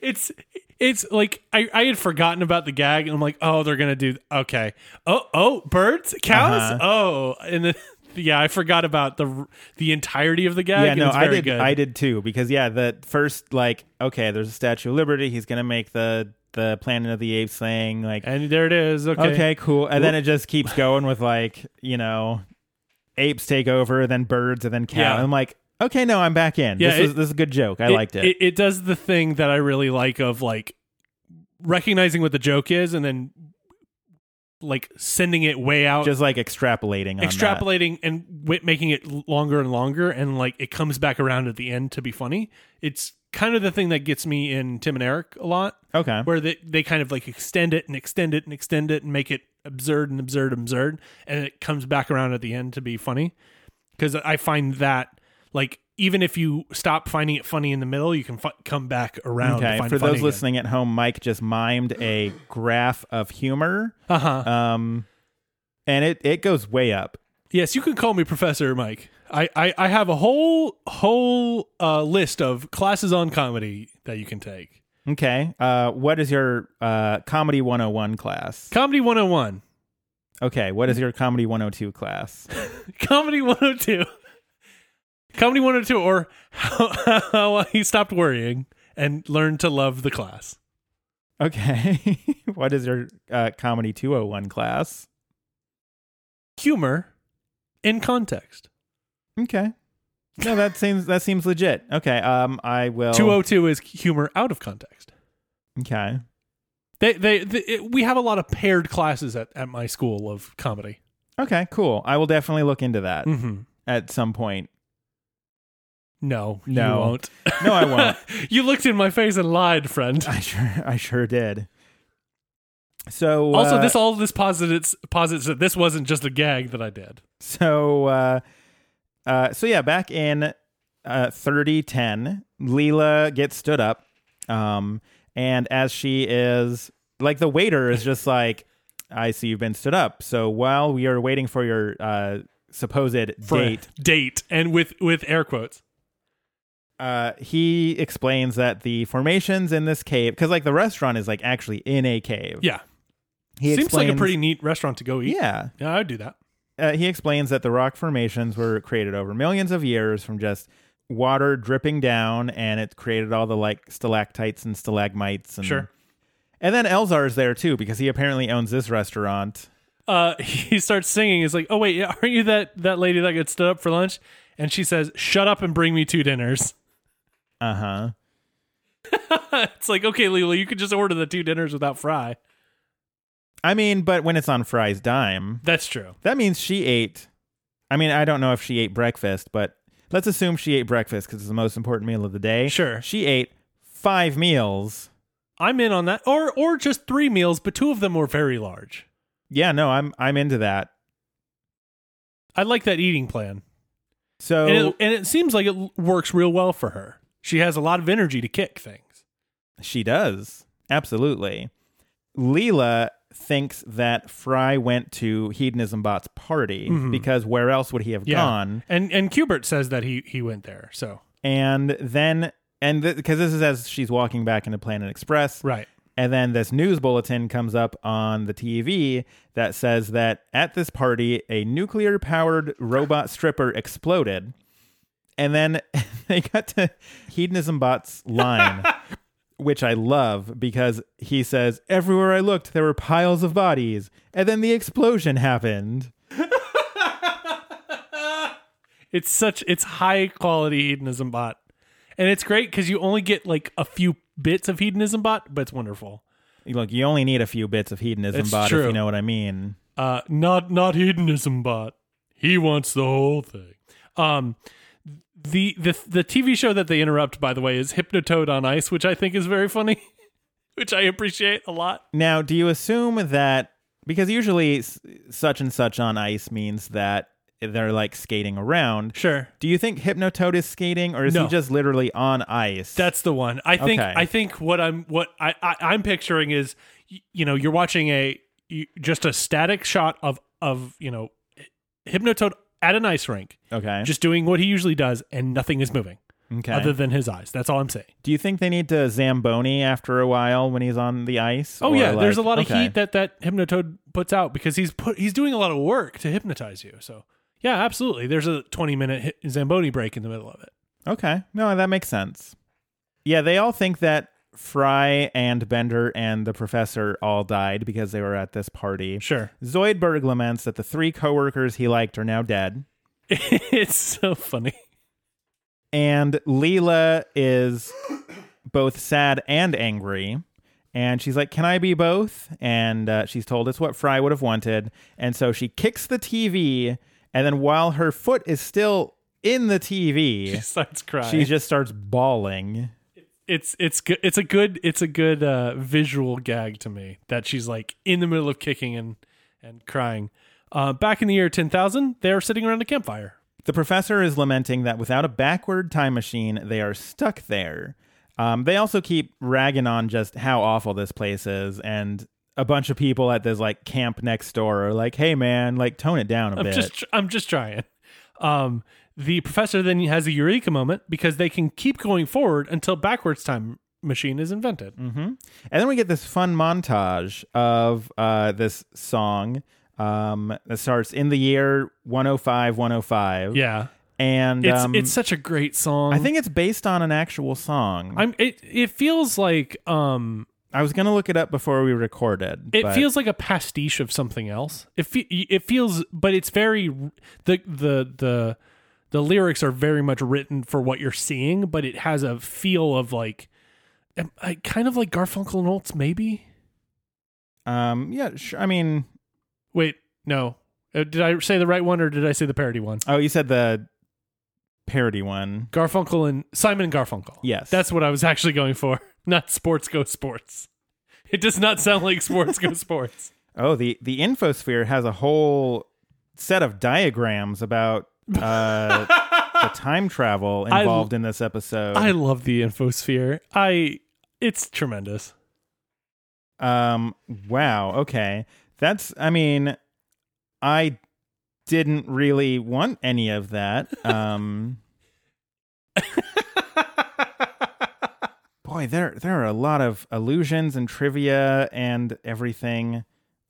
S3: It's it's like I, I had forgotten about the gag, and I'm like, oh, they're gonna do okay. Oh oh, birds, cows.
S2: Uh-huh.
S3: Oh, and then [laughs] yeah, I forgot about the the entirety of the gag.
S2: Yeah,
S3: and
S2: no,
S3: it's
S2: I
S3: very
S2: did.
S3: good.
S2: I did too because yeah, the first like, okay, there's a Statue of Liberty. He's gonna make the the Planet of the Apes thing, like
S3: and there it is. Okay.
S2: Okay, cool. And then it just keeps going with like, you know, apes take over, then birds, and then cow.
S3: Yeah.
S2: And I'm like, okay, no, I'm back in.
S3: Yeah,
S2: this, is,
S3: it-
S2: this is a good joke. I liked it.
S3: it. It does the thing that I really like of like recognizing what the joke is and then like sending it way out,
S2: just like extrapolating on that.
S3: extrapolating and w- making it l- longer and longer, and like it comes back around at the end to be funny. It's kind of the thing that gets me in Tim and Eric a lot,
S2: Okay.
S3: where they they kind of like extend it and extend it and extend it and make it absurd and absurd and absurd, and it comes back around at the end to be funny. Because I find that like even if you stop finding it funny in the middle, you can fi- come back around.
S2: Okay.
S3: to find
S2: For
S3: funny
S2: those listening at home, Mike just mimed a graph of humor.
S3: uh huh.
S2: Um, and it, it goes way up.
S3: Yes, you can call me Professor Mike. I, I, I have a whole whole uh, list of classes on comedy that you can take.
S2: Okay. Uh, what is your uh, comedy 101 class?
S3: Comedy 101,
S2: Okay. What is your comedy 102 class?
S3: Comedy 102, Comedy 102, or how, [laughs] how he stopped worrying and learned to love the class.
S2: Okay. [laughs] what is your uh, comedy 201 class?
S3: Humor in context.
S2: Okay. No,
S3: [laughs]
S2: that seems that seems legit. Okay. Um, I will.
S3: 202 is humor out of context.
S2: Okay.
S3: They, they, they it, we have a lot of paired classes at, at my school of comedy.
S2: Okay. Cool. I will definitely look into that
S3: Mm-hmm.
S2: at some point.
S3: No,
S2: No.
S3: you won't.
S2: No, I
S3: [laughs]
S2: won't. Uh,
S3: you looked in my face and lied, friend.
S2: I sure I sure did. So
S3: also,
S2: uh,
S3: this all this posits posits that this wasn't just a gag that I did.
S2: So uh, uh, so yeah, back in uh, thirty ten, Leela gets stood up, um, and as she is like the waiter is just like, I see you've been stood up. So while we are waiting for your uh, supposed date.
S3: date, and with with air quotes.
S2: uh, he explains that the formations in this cave, because like the restaurant is like actually in a cave.
S3: Yeah,
S2: he
S3: seems like a
S2: explains-
S3: pretty neat restaurant to go eat.
S2: yeah.
S3: yeah, I'd do that.
S2: Uh, he explains that the rock formations were created over millions of years from just water dripping down, and it created all the like stalactites and stalagmites. And,
S3: Sure.
S2: And then Elzar is there too because he apparently owns this restaurant.
S3: Uh, [laughs] he starts singing. He's like, "Oh wait, yeah, aren't you that that lady that got stood up for lunch?" And she says, "Shut up and bring me two dinners." [laughs]
S2: Uh huh.
S3: it's like, okay, Lila, you could just order the two dinners without fry.
S2: I mean, but when it's on Fry's dime,
S3: That's true.
S2: That means she ate. I mean, I don't know if she ate breakfast, but let's assume she ate breakfast because it's the most important meal of the day.
S3: Sure.
S2: She ate five meals.
S3: I'm in on that, or or just three meals, but two of them were very large.
S2: Yeah, no, I'm I'm into that.
S3: I like that eating plan.
S2: So
S3: and it, and it seems like it l- works real well for her. She has a lot of energy to kick things.
S2: she does. Absolutely. Leela thinks that Fry went to Hedonism Bot's party because where else would he have gone?
S3: And and Cubert says that he he went there. So
S2: And then and because this is as she's walking back into Planet Express.
S3: right.
S2: And then this news bulletin comes up on the TV that says that at this party, a nuclear powered robot stripper exploded. And then [laughs] they got to Hedonism Bot's
S3: [laughs]
S2: line, which I love because he says, Everywhere I looked, there were piles of bodies. And then the explosion happened.
S3: It's such it's high quality hedonism bot, and it's great because you only get like a few bits of hedonism bot, but it's wonderful.
S2: Look, you only need a few bits of Hedonism
S3: It's
S2: Bot if
S3: true.
S2: you know what I mean.
S3: Uh, not not hedonism bot. He wants the whole thing. Um. The, the the TV show that they interrupt, by the way, is Hypnotoad on Ice, [laughs] which I think is very funny, which I appreciate a lot.
S2: Now, do you assume that because usually s- such and such on ice means that they're like skating around.
S3: Sure.
S2: Do you think Hypnotoad is skating or is
S3: No.
S2: he just literally on ice?
S3: That's the one. I think
S2: Okay.
S3: I think what I'm what I, I I'm picturing is y- you know you're watching a you, just a static shot of of you know Hypnotoad at an ice rink,
S2: okay.
S3: just doing what he usually does, and nothing is moving
S2: okay.
S3: other than his eyes. That's all I'm saying.
S2: Do you think they need to Zamboni after a while when he's on the ice?
S3: Oh
S2: Or,
S3: yeah, there's a
S2: like-
S3: lot of
S2: okay.
S3: heat that that Hypnotoad puts out because he's put he's doing a lot of work to hypnotize you. So yeah, absolutely. There's a 20 minute hi- Zamboni break in the middle of it.
S2: Okay. No, that makes sense. Yeah, they all think that Fry and Bender and the professor all died because they were at this party.
S3: Sure. [laughs]
S2: Zoidberg laments that the three coworkers he liked are now dead.
S3: it's so funny. [laughs]
S2: And Leela is both sad and angry. And she's like, Can I be both? And uh, she's told it's what Fry would have wanted. And so she kicks the TV. And then while her foot is still in the
S3: She
S2: TV,
S3: starts crying.
S2: she just starts bawling.
S3: it's it's good it's a good it's a good uh visual gag to me that she's like in the middle of kicking and and crying uh back in the year 10000 they're sitting around a campfire
S2: The professor is lamenting that without a backward time machine, they are stuck there. Um, they also keep ragging on just how awful this place is, and a bunch of people at this like camp next door are like, "Hey, man, like tone it down a
S3: i'm
S2: bit."
S3: just tr- i'm just trying um the professor then has a eureka moment because they can keep going forward until backwards time machine is invented
S2: Mm-hmm. And then we get this fun montage of uh, this song um, that starts in the year 105, 105.
S3: yeah
S2: and
S3: it's
S2: um,
S3: it's such a great song
S2: I think it's based on an actual song. i
S3: i'm it it feels like um
S2: was gonna look it up before we recorded.
S3: It
S2: but-
S3: feels like a pastiche of something else. It fe- it feels, but it's very the the the the lyrics are very much written for what you're seeing, but it has a feel of like, am- I- kind of like Garfunkel and Oates, maybe.
S2: Um, yeah, sure. I mean,
S3: Wait, no. Uh, Did I say the right one or did I say the parody one?
S2: Oh, you said the parody one.
S3: Garfunkel and Simon and Garfunkel.
S2: Yes.
S3: that's what I was [laughs] actually going for. Not sports go sports. It does not sound like sports go [laughs] sports.
S2: Oh, the the infosphere has a whole set of diagrams about
S3: [laughs]
S2: uh, the time travel
S3: I-
S2: involved in this episode.
S3: I love the infosphere. I it's tremendous.
S2: um, wow. Okay, that's. I mean, I didn't really want any of that.
S3: [laughs]
S2: Um. Boy, there there are a lot of allusions and trivia and everything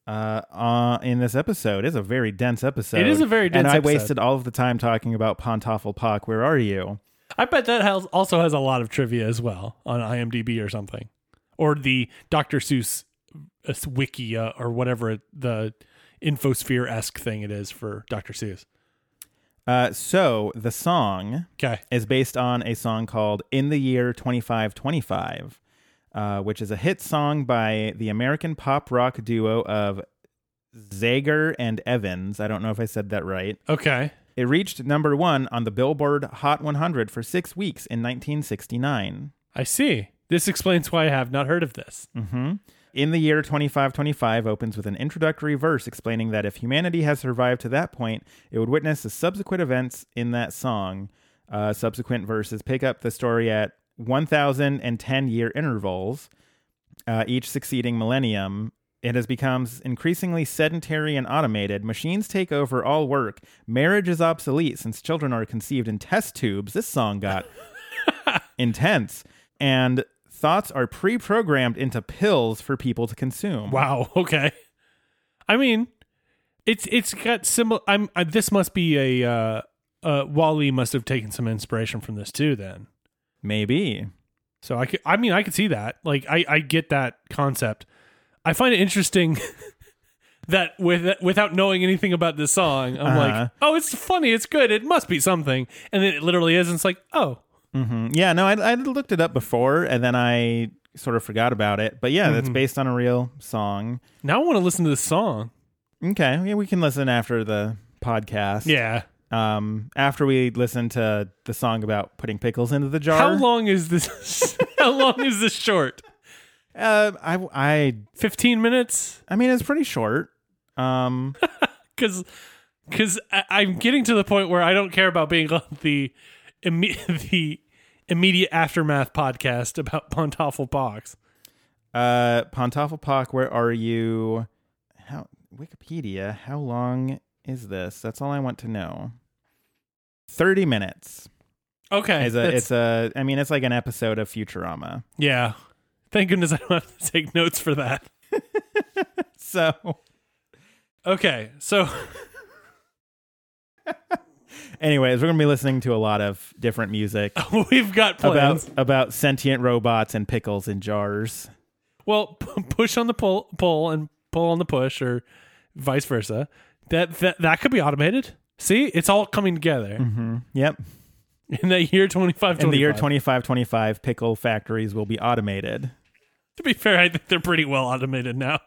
S2: uh, uh in this episode. It's a very dense episode.
S3: It is a very dense
S2: And I
S3: episode.
S2: wasted all of the time talking about Pontoffel Where are you?
S3: I bet that has, also has a lot of trivia as well on IMDb or something, or the Dr. Seuss uh, wiki uh, or whatever it, the infosphere esque thing it is for Dr. Seuss.
S2: Uh, so the song
S3: Okay,
S2: is based on a song called "In the Year 2525," uh, which is a hit song by the American pop rock duo of Zager and Evans. I don't know if I said that right.
S3: okay,
S2: It reached number one on the Billboard Hot 100 for six weeks in 1969.
S3: I see. This explains why I have not heard of this.
S2: hmm In the year 2525 opens with an introductory verse explaining that if humanity has survived to that point, it would witness the subsequent events in that song. Uh, subsequent verses pick up the story at 1,010 year intervals, uh, each succeeding millennium. It has become increasingly sedentary and automated. Machines take over all work. Marriage is obsolete since children are conceived in test tubes. This song got intense and thoughts are pre-programmed into pills for people to consume
S3: Wow. [laughs] Okay. I mean, it's it's got similar. I'm uh, this must be a uh, uh, Wally must have taken some inspiration from this too. Then
S2: maybe
S3: So I could, I mean, I could see that. Like, I, I get that concept. I find it interesting [laughs] that with without knowing anything about this song, I'm
S2: Uh-huh.
S3: like, oh, it's funny, it's good, it must be something, and then it literally is. And it's like, oh,
S2: hmm yeah no I, I looked it up before and then i sort of forgot about it but yeah that's based on a real song
S3: now I want to listen to this song.
S2: okay yeah, we can listen after the podcast
S3: Yeah.
S2: um after we listen to the song about putting pickles into the jar
S3: How long is this? [laughs] how long is this short?
S2: uh, I, I
S3: Fifteen minutes.
S2: i mean it's pretty short Um,
S3: because because I'm getting to the point where I don't care about being on the imme- [laughs] the immediate aftermath podcast about Pontoffel Box.
S2: uh, Pontoffelpock, where are you? How Wikipedia? How long is this? That's all I want to know. Thirty minutes.
S3: Okay,
S2: It's a.
S3: that's-
S2: It's a. I mean, it's like an episode of Futurama. [laughs]
S3: yeah. Thank goodness I don't have to take notes for that.
S2: So,
S3: Okay, so [laughs]
S2: anyways, we're gonna be listening to a lot of different music
S3: we've got plans.
S2: about about sentient robots and pickles in jars.
S3: well, p- push on the pull, pull, and pull on the push, or vice versa. That that that could be automated. See, it's all coming together
S2: Yep.
S3: in that year twenty five.
S2: Mm-hmm. In the year 2525, pickle factories will be automated. [laughs]
S3: To be fair, I think they're pretty well automated now.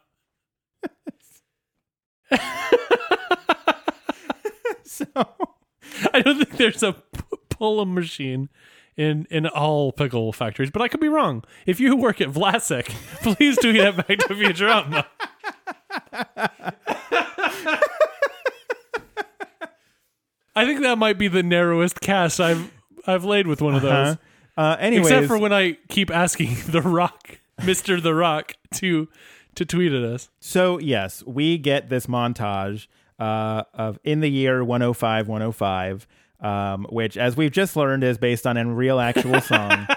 S2: So,
S3: [laughs] I don't think there's a p- pull a machine in in all pickle factories, but I could be wrong. If you work at Vlasic, [laughs] please do that back to
S2: [laughs]
S3: Futurama. I think that might be the narrowest cast I've I've laid with one of those.
S2: uh, uh, anyways,
S3: Except for when I keep asking [laughs] The Rock, Mr. The Rock, to to tweet at us.
S2: so yes, we get this montage uh, of in the year 105, 105, um, which, as we've just learned, is based on a real actual
S3: [laughs]
S2: song.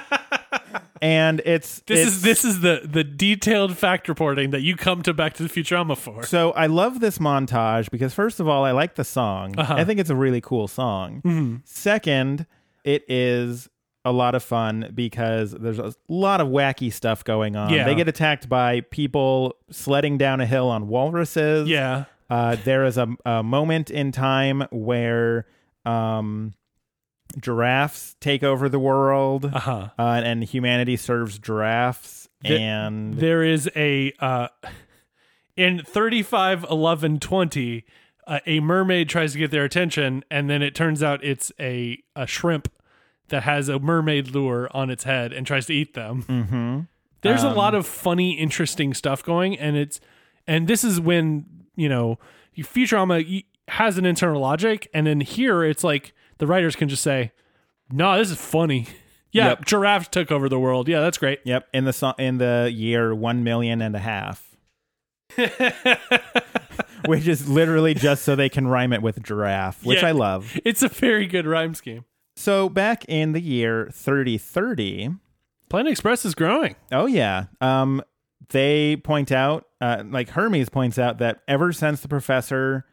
S2: and it's
S3: This
S2: it's,
S3: is this is the the detailed fact reporting that you come to Back to the Futurama for.
S2: So I love this montage because first of all, I like the song.
S3: Uh-huh.
S2: I think it's a really cool song.
S3: Mm-hmm.
S2: Second, it is a lot of fun because there's a lot of wacky stuff going on.
S3: Yeah.
S2: They get attacked by people sledding down a hill on walruses.
S3: Yeah.
S2: Uh, there is a, a moment in time where um, giraffes take over the world
S3: Uh huh.
S2: uh, and humanity serves giraffes.
S3: The-
S2: and
S3: There is a uh in 35 11 20 uh, a mermaid tries to get their attention and then it turns out it's a a shrimp that has a mermaid lure on its head and tries to eat them.
S2: Mhm.
S3: There's a lot of funny interesting stuff going and it's and this is when, you know, you- Futurama y- has an internal logic and then here it's like the writers can just say, "No, this is funny." [laughs] Yeah,
S2: Yep.
S3: giraffes took over the world. Yeah, that's great.
S2: Yep, in the so- in the year one million and a half, which is literally just so they can rhyme it with giraffe, which
S3: Yeah.
S2: I love.
S3: It's a very good rhyme scheme.
S2: So back in the year thirty thirty,
S3: Planet Express is growing.
S2: oh yeah, um, they point out, uh, like Hermes points out that ever since the professor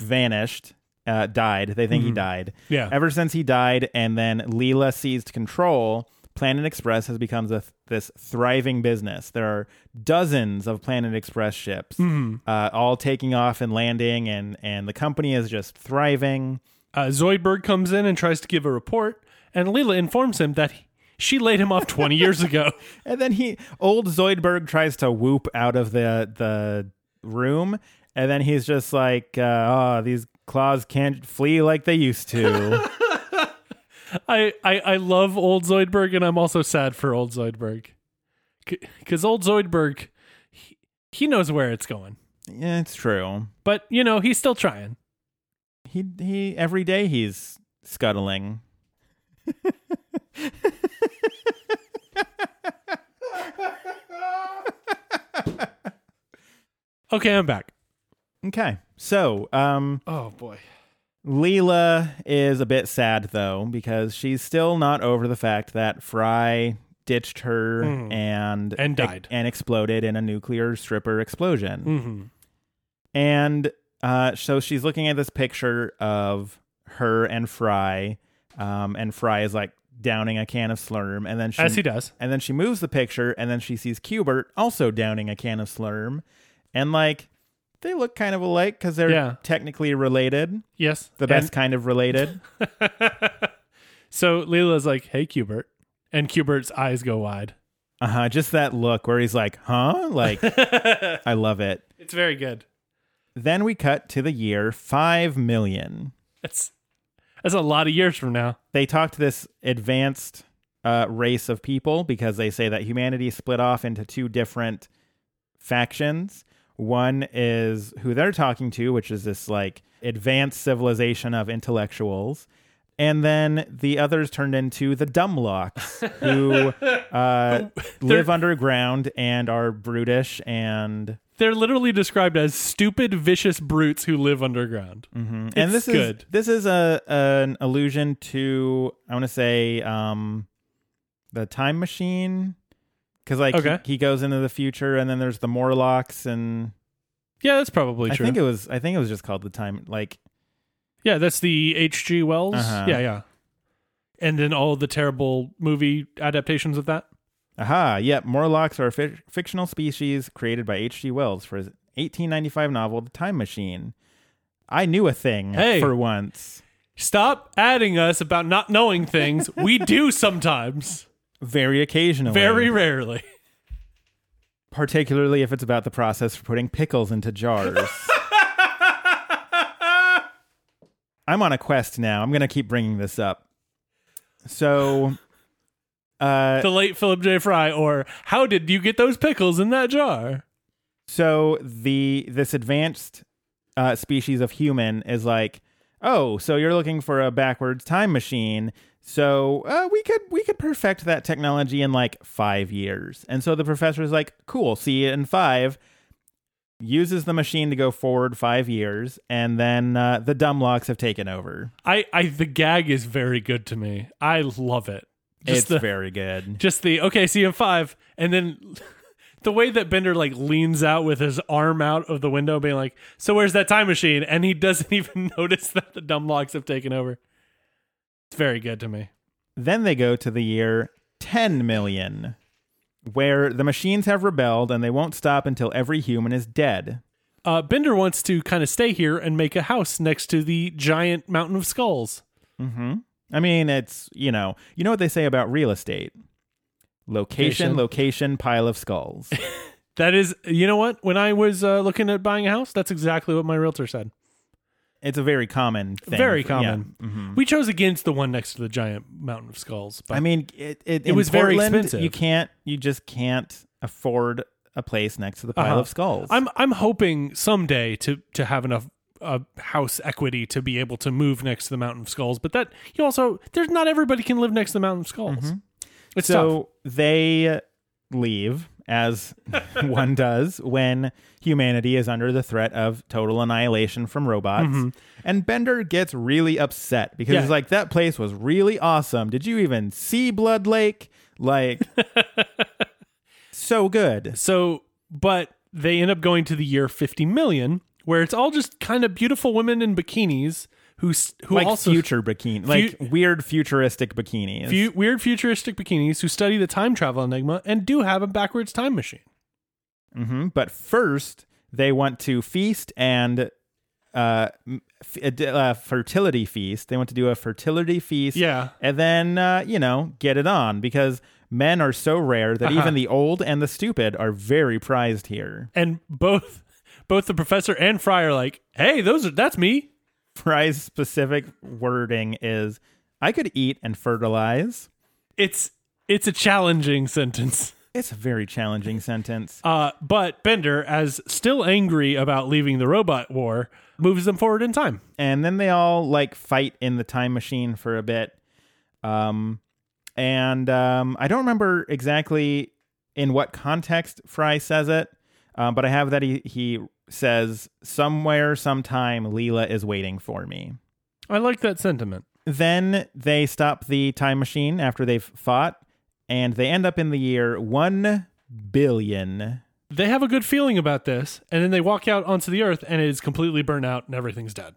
S2: vanished, uh, died, they think he died.
S3: Yeah.
S2: Ever since he died, and then Leela seized control, Planet Express has become a, this thriving business. There are dozens of Planet Express ships, uh, all taking off and landing, and and the company is just thriving.
S3: Uh, Zoidberg comes in and tries to give a report, and Leela informs him that he- she laid him off [laughs] 20 years ago.
S2: And then he, old Zoidberg, tries to whoop out of the the room, and then he's just like, uh, "Oh, these claws can't flee like they used
S3: [laughs]
S2: to."
S3: I, I, I love old Zoidberg, and I'm also sad for old Zoidberg. Because old Zoidberg, he, he knows where it's going.
S2: yeah, it's true.
S3: But, you know, he's still trying.
S2: He he every day he's scuttling.
S3: Okay, I'm back.
S2: Okay. So, um
S3: Oh, boy.
S2: Leela is a bit sad though because she's still not over the fact that Fry ditched her and
S3: Hmm. And died.
S2: and exploded in a nuclear stripper explosion.
S3: Mm-hmm. Hmm.
S2: And uh, so she's looking at this picture of her and Fry, um, and Fry is like downing a can of Slurm, and then she,
S3: As he does.
S2: and then she moves the picture, and then she sees Cubert also downing a can of Slurm, and like they look kind of alike because they're
S3: Yeah.
S2: technically related,
S3: Yes.
S2: the
S3: And
S2: best kind of
S3: [laughs]
S2: related.
S3: So Leela's like, hey, Cubert. And Cubert's eyes go wide.
S2: uh huh. Just that look where he's like, huh,
S3: [laughs]
S2: like I love it.
S3: It's very good.
S2: Then we cut to the year five million.
S3: That's that's a lot of years from now.
S2: they talk to this advanced uh, race of people because they say that humanity split off into two different factions. One is who they're talking to, which is this like advanced civilization of intellectuals. And then the others turned into the Dumlocks, who uh, live underground and are brutish and
S3: They're literally described as stupid, vicious brutes who live underground.
S2: Mm-hmm. and this
S3: It's good.
S2: is this is a an allusion to I want to say um the time machine because like
S3: Okay.
S2: he, he goes into the future and then there's the Morlocks and
S3: Yeah, that's probably
S2: I
S3: true.
S2: think it was I think it was just called the time like
S3: yeah, that's the H.G. Wells.
S2: Uh-huh.
S3: Yeah, yeah. And then all the terrible movie adaptations of that.
S2: aha yep Morlocks are a fi- fictional species created by H. G. Wells for his 1895 novel The Time Machine. I knew a thing
S3: Hey.
S2: for once.
S3: Stop adding us about not
S2: [laughs]
S3: knowing things. we do sometimes,
S2: Very occasionally.
S3: very rarely.
S2: particularly if it's about the process for putting pickles into jars. I'm on a quest now. I'm going to keep bringing this up. So, uh,
S3: The late Philip J. Fry, or how did you get those pickles in that jar?
S2: so the this advanced uh, species of human is like, oh, so you're looking for a backwards time machine. So uh, we could we could perfect that technology in like five years. And so the professor is like, cool, see you in five. Uses the machine to go forward five years, and then uh, the Dumlocks have taken over.
S3: I, I, the gag is very good to me. I love it. Just
S2: it's
S3: the,
S2: very good.
S3: just the okay, see you in five, and then [laughs] the way that Bender like leans out with his arm out of the window, being like, "So where's that time machine?" and he doesn't [laughs] even notice that the dumb locks have taken over. It's very good to me.
S2: Then they go to the year 10 million, where the machines have rebelled and they won't stop until every human is dead.
S3: Uh, Bender wants to kind of stay here and make a house next to the giant mountain of skulls.
S2: I mean, it's, you know, you know what they say about real estate location,
S3: Location.
S2: location, pile of [laughs] skulls.
S3: That is, you know what? When I was uh, looking at buying a house, that's exactly what my realtor said.
S2: it's a very common thing.
S3: Very
S2: Yeah. Mm-hmm.
S3: common. We chose against the one next to the giant mountain of skulls. But
S2: I mean, it, it, in
S3: was very
S2: Portland,
S3: expensive.
S2: You can't, you just can't afford a place next to the pile
S3: Uh-huh.
S2: of skulls.
S3: I'm I'm hoping someday to to have enough uh, house equity to be able to move next to the Mountain of Skulls. But that you also there's not everybody can live next to the Mountain of Skulls. It's tough.
S2: Mm-hmm. so they leave
S3: [laughs]
S2: as one does when humanity is under the threat of total annihilation from robots. And Bender gets really upset because
S3: Mm-hmm. Yeah.
S2: he's like, that place was really awesome. Did you even see Blood Lake?
S3: [laughs]
S2: Like, so good.
S3: So, but they end up going to the year 50 million, where it's all just kind of beautiful women in bikinis who s- who
S2: Like
S3: also
S2: future bikini, like weird futuristic bikinis.
S3: fu- weird futuristic bikinis who study the time travel enigma and do have a backwards time machine.
S2: Mhm. But first, they want to feast and uh, m- f- a d- uh, fertility feast. They want to do a fertility feast.
S3: Yeah.
S2: And then, uh, you know, get it on because men are so rare that even the old and the stupid are very prized here.
S3: And both both the professor and Fry are like, "Hey, those are that's me."
S2: Prize specific wording is I could eat and fertilize.
S3: it's it's a challenging sentence.
S2: It's a very challenging sentence.
S3: Uh, but Bender, as still angry about leaving the robot war, moves them forward in time.
S2: and then they all like fight in the time machine for a bit um and um i don't remember exactly in what context fry says it um, but i have that he he says somewhere sometime leela is waiting for me
S3: I like that sentiment.
S2: then they stop the time machine after they've fought and they end up in the year 1 billion
S3: They have a good feeling about this, and then they walk out onto the Earth, and it is completely burnt out, and everything's dead.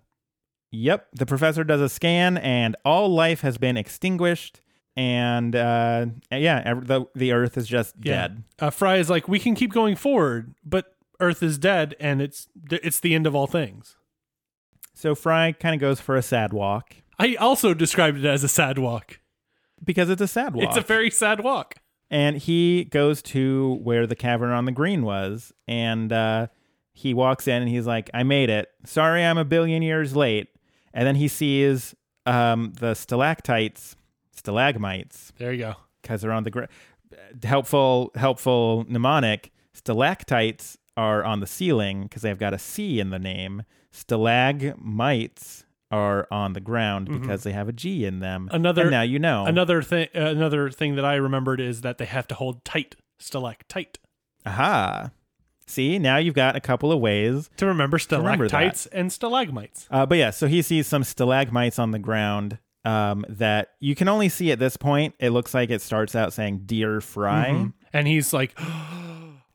S2: Yep. The professor does a scan, and all life has been extinguished. And uh, yeah, ev- the, the Earth is just dead.
S3: Uh, Fry is like, "We can keep going forward, but Earth is dead, and it's it's the end of all things."
S2: So Fry kind of goes for a sad walk
S3: I also described it as a sad walk.
S2: because it's a sad walk.
S3: It's a very sad walk.
S2: and he goes to where the cavern on the green was, and uh, he walks in and he's like, "I made it. Sorry, I'm a billion years late." And then he sees um, the stalactites, stalagmites,
S3: There you go.
S2: because they're on the ground. Helpful, helpful mnemonic. Stalactites are on the ceiling because they've got a C in the name. Stalagmites are on the ground because they have a G in them.
S3: Mm-hmm. Another-
S2: and now you know.
S3: Another thing, uh, another thing that I remembered is that they have to hold tight, stalactite,
S2: Aha. See, now you've got a couple of ways.
S3: to remember
S2: remember that.
S3: stalactites and stalagmites.
S2: Uh, but yeah, so he sees some stalagmites on the ground um, that you can only see at this point. It looks like it starts out saying "dear fry,"
S3: And he's like,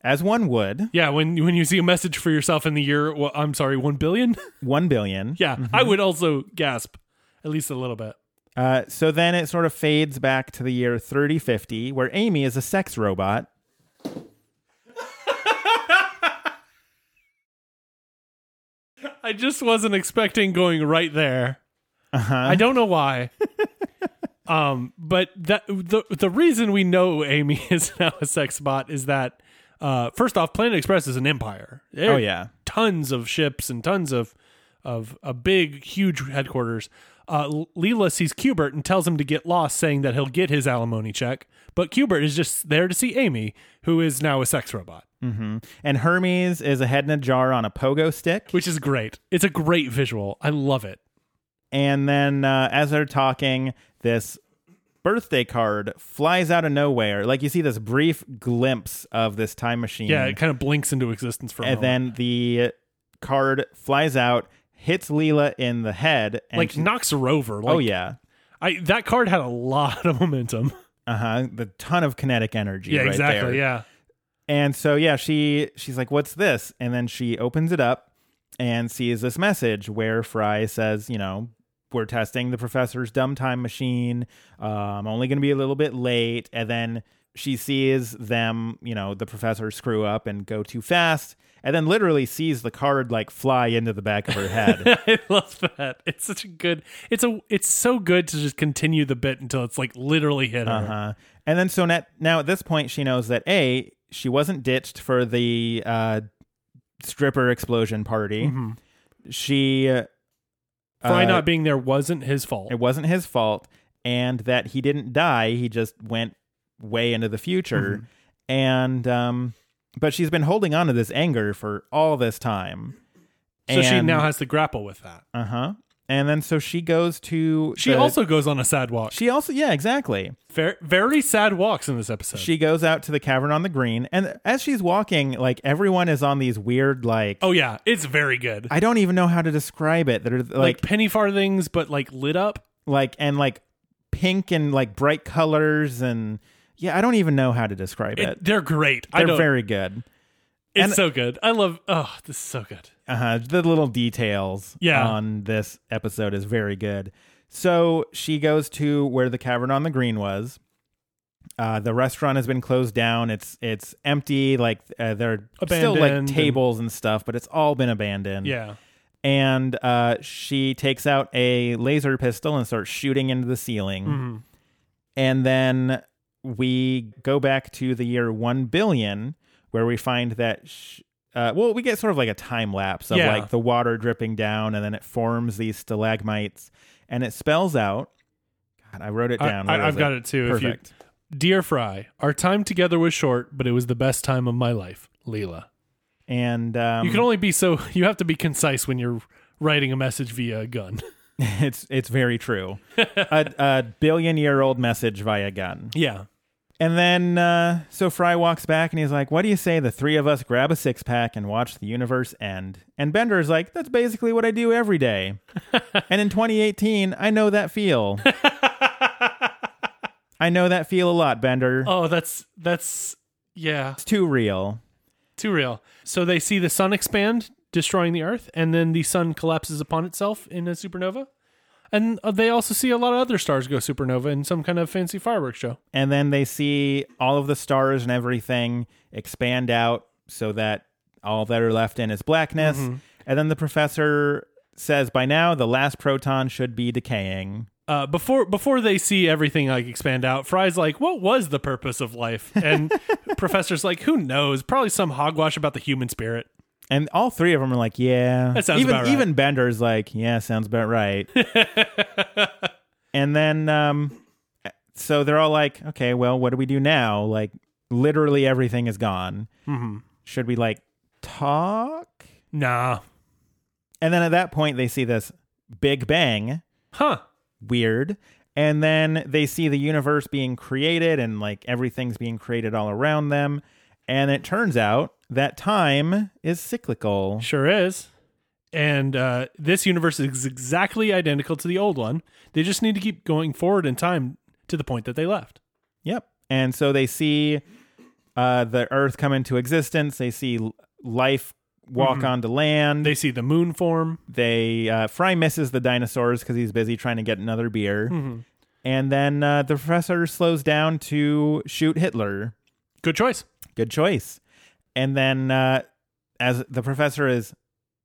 S2: as one would.
S3: yeah, when when you see a message for yourself in the year, well, I'm sorry, one billion. [laughs]
S2: One billion.
S3: yeah, I would also gasp, at least a little bit.
S2: Uh, so then it sort of fades back to the year 3050, where Amy is a sex robot.
S3: I just wasn't expecting going right there.
S2: Uh-huh.
S3: I don't
S2: [laughs]
S3: know why. um, but that the the reason we know Amy [laughs] is now a sex bot is that uh, first off, Planet Express is an empire. There
S2: Oh
S3: are
S2: yeah.
S3: tons of ships and tons of of a big, huge headquarters. Uh, L- Leela sees Cubert and tells him to get lost, saying that he'll get his alimony check. But Cubert is just there to see Amy, who is now a sex robot,
S2: hmm And Hermes is a head in a jar on a pogo stick.
S3: which is great. It's a great visual. I love it.
S2: And then uh, as they're talking, this birthday card flies out of nowhere. Like you see this brief glimpse of this time machine.
S3: Yeah, it kind of blinks into existence for a
S2: Mm. and
S3: moment.
S2: then the card flies out, hits Leela in the head. And
S3: like
S2: she-
S3: knocks her over. Like,
S2: oh yeah.
S3: I that card had a lot
S2: [laughs]
S3: of momentum.
S2: Uh huh. The ton of kinetic energy.
S3: Yeah,
S2: right
S3: exactly.
S2: there.
S3: Yeah. [laughs]
S2: And so yeah, she she's like, "What's this?" And then she opens it up and sees this message where Fry says, "You know, we're testing the professor's dumb time machine. Uh, I'm only going to be a little bit late." And then she sees them, you know, the professor screw up and go too fast, and then literally sees the card like fly into the back of her
S3: [laughs]
S2: head.
S3: I love that. It's such a good it's a it's so good to just continue the bit until it's like literally hit her.
S2: uh-huh. And then so net, now at this point, she knows that a she wasn't ditched for the uh, stripper explosion party.
S3: Mm-hmm.
S2: She uh,
S3: Fry
S2: Uh,
S3: not being there wasn't his fault.
S2: it wasn't his fault and that he didn't die he just went way into the future
S3: Mm-hmm.
S2: and um but she's been holding on to this anger for all this time
S3: so she
S2: And-
S3: now has to grapple with that.
S2: uh-huh and then so she goes to
S3: She
S2: the-
S3: also goes on a sad walk.
S2: she also yeah exactly
S3: Ver- very sad walks in this episode.
S2: she goes out to the cavern on the green and as she's walking like everyone is on these weird like
S3: oh yeah, it's very good.
S2: i don't even know how to describe it they're like
S3: like penny farthings but like lit up.
S2: like and like pink and like bright colors and yeah i don't even know how to describe it,
S3: It, they're great. I
S2: they're
S3: don't,
S2: very good
S3: it's
S2: and-
S3: so good. I love oh, this is so good.
S2: uh-huh the little details
S3: Yeah.
S2: on this episode is very good so she goes to where the cavern on the green was uh, the restaurant has been closed down. It's it's empty. Like uh, there are still like
S3: Abandoned and-
S2: tables and stuff, but it's all been abandoned.
S3: Yeah.
S2: and uh, she takes out a laser pistol and starts shooting into the ceiling.
S3: Mm-hmm.
S2: And then we go back to the year 1 billion, where we find that, sh- uh, well, we get sort of like a time lapse of
S3: Yeah.
S2: like the water dripping down, and then it forms these stalagmites and it spells out. God, I wrote it
S3: I-
S2: down.
S3: I-
S2: Where
S3: I've
S2: is
S3: got it too, if you-
S2: Perfect.
S3: Dear Fry, our time together was short, but it was the best time of my life. Leela.
S2: and um, [laughs]
S3: You can only be so [laughs] you have to be concise when you're writing a message via
S2: [laughs]
S3: a gun.
S2: it's it's very
S3: [laughs]
S2: true. a, a billion year old message via gun.
S3: Yeah.
S2: And then, uh, so Fry walks back and he's like, What do you say the three of us grab a six pack and watch the universe end? And Bender is like, That's basically what I do every day. and in 2018, I know that feel. I know that feel a lot, Bender.
S3: Oh, that's that's yeah,
S2: It's too real.
S3: too real. So they see the sun expand, destroying the earth, and then the sun collapses upon itself in a supernova. And uh, they also see a lot of other stars go supernova in some kind of fancy fireworks show.
S2: And then they see all of the stars and everything expand out so that all that are left in is blackness. And then the professor says, By now, the last proton should be decaying.
S3: uh, before before they see everything like expand out, Fry's like, "What was the purpose of life?" And Professor's like, "Who knows? Probably some hogwash about the human spirit."
S2: And all three of them are like, yeah.
S3: That sounds
S2: even
S3: about right.
S2: even Bender's like, yeah, sounds about
S3: [laughs]
S2: right. and then um so they're all like,
S3: Mm-hmm.
S2: okay, well, what do we do now? Like literally everything is gone. Should we like talk.
S3: Nah.
S2: And then at that point, they see this big bang,
S3: Huh.
S2: weird. And then they see the universe being created and like everything's being created all around them. And it turns out that time is cyclical.
S3: Sure is. And uh, this universe is exactly identical to the old one. They just need to keep going forward in time to the point that they left.
S2: Yep. And so they see uh, the Earth come into existence. They see l- life walk onto land.
S3: They see the moon form.
S2: They uh, Fry misses the dinosaurs because he's busy trying to get another beer. And then uh, the professor slows down to shoot Hitler.
S3: Good choice.
S2: Good choice. And then uh, as the professor is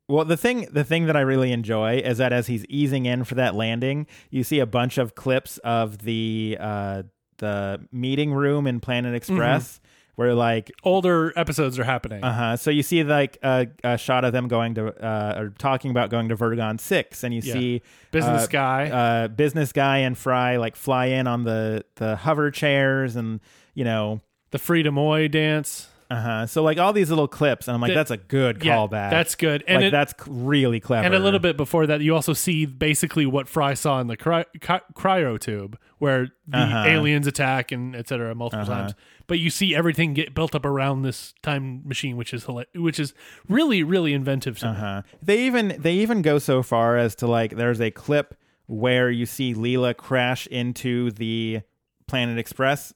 S2: well, the thing the thing that I really enjoy is that as he's easing in for that landing, you see a bunch of clips of the uh, the meeting room in Planet Express. Where like
S3: Older episodes are happening.
S2: uh huh. So you see like a, a shot of them going to uh, or talking about going to Vertigon Six, and you
S3: Yeah.
S2: see
S3: Business
S2: uh,
S3: guy.
S2: uh, business guy and Fry like fly in on the the hover chairs, and you know,
S3: the Freedom Oi dance.
S2: uh huh. So like all these little clips, and I'm like,
S3: That-
S2: that's a good
S3: Yeah,
S2: callback.
S3: that's good.
S2: and
S3: And
S2: like
S3: it-
S2: that's c- really clever.
S3: And a little bit before that, you also see basically what Fry saw in the cry- cry- cryo tube, where the
S2: Uh-huh.
S3: aliens attack and et cetera multiple times. But you see everything get built up around this time machine, which is hila- which is really really inventive. To me.
S2: Uh-huh. They even they even go so far as to like there's a clip where you see Leela crash into the Planet Express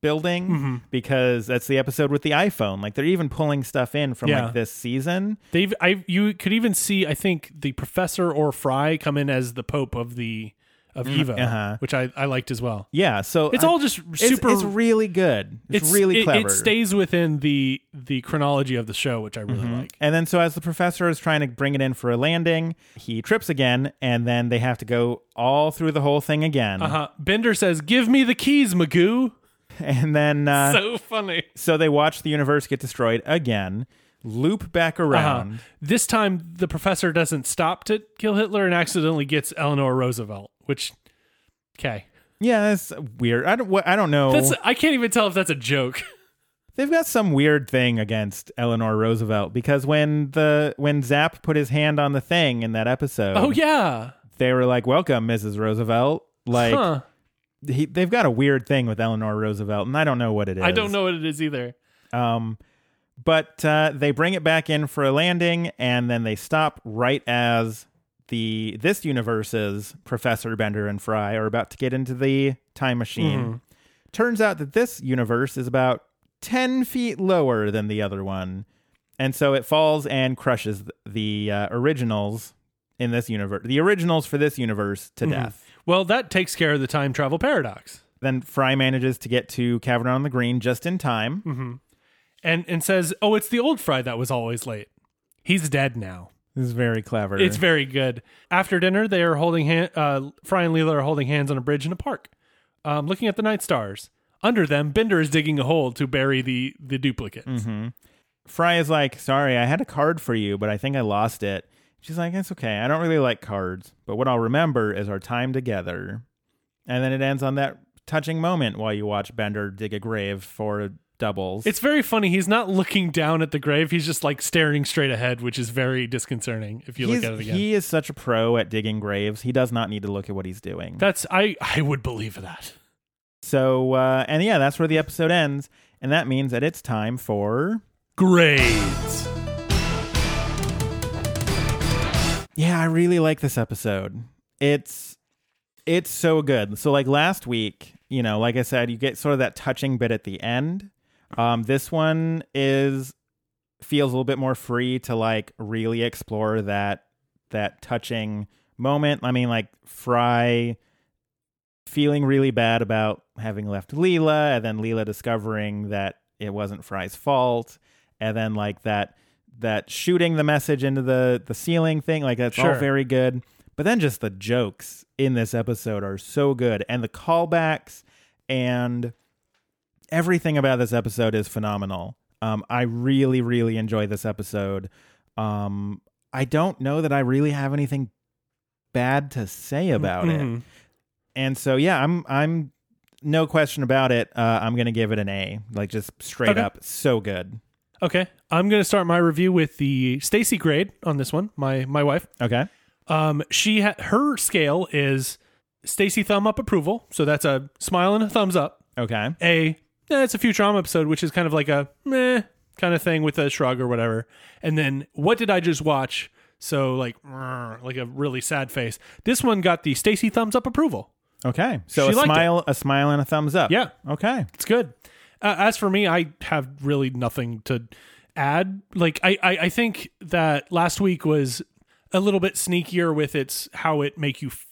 S2: building
S3: Mm-hmm.
S2: because that's the episode with the iPhone. Like they're even pulling stuff in from
S3: Yeah.
S2: like this season.
S3: They've I you could even see I think the professor or Fry come in as the Pope of the of Evo,
S2: uh-huh.
S3: which I I liked as well.
S2: Yeah, so
S3: It's
S2: I-
S3: all just
S2: it's,
S3: super.
S2: It's really good. It's, really
S3: it-
S2: clever.
S3: It stays within the the chronology of the show, which I really like.
S2: And then, so as the professor is trying to bring it in for a landing, he trips again, and then they have to go all through the whole thing again.
S3: Uh-huh. Bender says, "Give me the keys, Magoo."
S2: [laughs] And then, uh, so-,
S3: so funny.
S2: they watch the universe get destroyed again, loop back
S3: Uh-huh.
S2: around.
S3: This time, the professor doesn't stop to kill Hitler and accidentally gets Eleanor Roosevelt, which, okay.
S2: Yeah, that's weird. I don't. wha- I don't know.
S3: That's, I can't even tell if that's
S2: [laughs]
S3: a joke.
S2: They've got some weird thing against Eleanor Roosevelt because when the when Zap put his hand on the thing in that episode,
S3: Oh, yeah.
S2: they were like, "Welcome, Mrs. Roosevelt." Like
S3: huh.
S2: he, they've got a weird thing with Eleanor Roosevelt, and I don't know what it is.
S3: I don't know what it is either.
S2: Um, but uh, they bring it back in for a landing, and then they stop right as the this universe's Professor Bender and Fry are about to get into the time machine. Turns out that this universe is about ten feet lower than the other one, and so it falls and crushes th- the uh, originals in this universe, the originals for this universe, to death.
S3: Well, that takes care of the time travel paradox
S2: Then Fry manages to get to Cavern on the Green just in time.
S3: and, and says, oh, it's the old Fry that was always late. He's dead now.
S2: This is very clever.
S3: It's very good. After dinner, they are holding hand. Uh, Fry and Leela are holding hands on a bridge in a park, um, looking at the night stars. Under them, Bender is digging a hole to bury the the duplicates.
S2: Mm-hmm. Fry is like, sorry, I had a card for you, but I think I lost it. She's like, it's okay. I don't really like cards, but what I'll remember is our time together. And then it ends on that touching moment while you watch Bender dig a grave for doubles.
S3: It's very funny. He's not looking down at the grave. He's just like staring straight ahead, which is very disconcerting if you
S2: He's-
S3: look at it again.
S2: He is such a pro at digging graves. He does not need to look at what he's doing.
S3: That's I I would believe that.
S2: so, uh, and yeah, that's where the episode ends. And that means that it's time for.
S3: Grades.
S2: Yeah, I really like this episode. It's it's so good. So like last week, you know, like I said, you get sort of that touching bit at the end. Um this one is feels a little bit more free to like really explore that that touching moment. I mean like Fry feeling really bad about having left Leela and then Leela discovering that it wasn't Fry's fault and then like that that shooting the message into the the ceiling thing like that's all
S3: Sure.
S2: very good but then just the jokes in this episode are so good and the callbacks and everything about this episode is phenomenal um i really really enjoy this episode um i don't know that i really have anything bad to say about it
S3: Mhm.
S2: and so yeah i'm i'm no question about it uh i'm gonna give it an a like just straight
S3: Okay.
S2: up so good
S3: Okay. I'm going to start my review with the Stacy grade on this one. My my wife.
S2: Okay.
S3: Um, she ha- her scale is Stacy thumb up approval, so that's a smile and a thumbs up.
S2: Okay.
S3: A eh, it's a Futurama episode, which is kind of like a meh kind of thing with a shrug or whatever. And then what did I just watch? So like "Rrr," like a really sad face. This one got the Stacy thumbs up approval.
S2: Okay. So
S3: She
S2: a
S3: liked it.
S2: smile, a smile, and a thumbs up.
S3: Yeah.
S2: Okay.
S3: it's good. Uh, as for me, I have really nothing to add. Like I, I, I think that last week was a little bit sneakier with its how it make you f-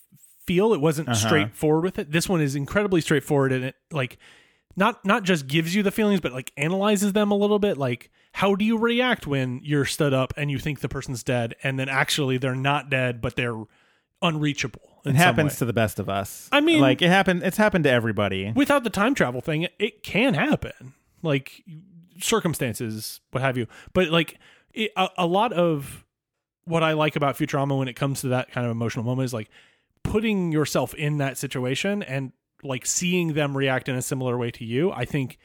S3: feel. It wasn't
S2: Uh-huh.
S3: straightforward with it. This one is incredibly straightforward, and it like not not just gives you the feelings, but like analyzes them a little bit. Like how do you react when you're stood up and you think the person's dead, and then actually they're not dead, but they're unreachable.
S2: It happens to the best of us.
S3: I mean-
S2: like it happened. It's happened to everybody.
S3: without the time travel thing, it can happen. Like circumstances, what have you. But like it, a, a lot of what I like about Futurama when it comes to that kind of emotional moment is like putting yourself in that situation and like seeing them react in a similar way to you. I think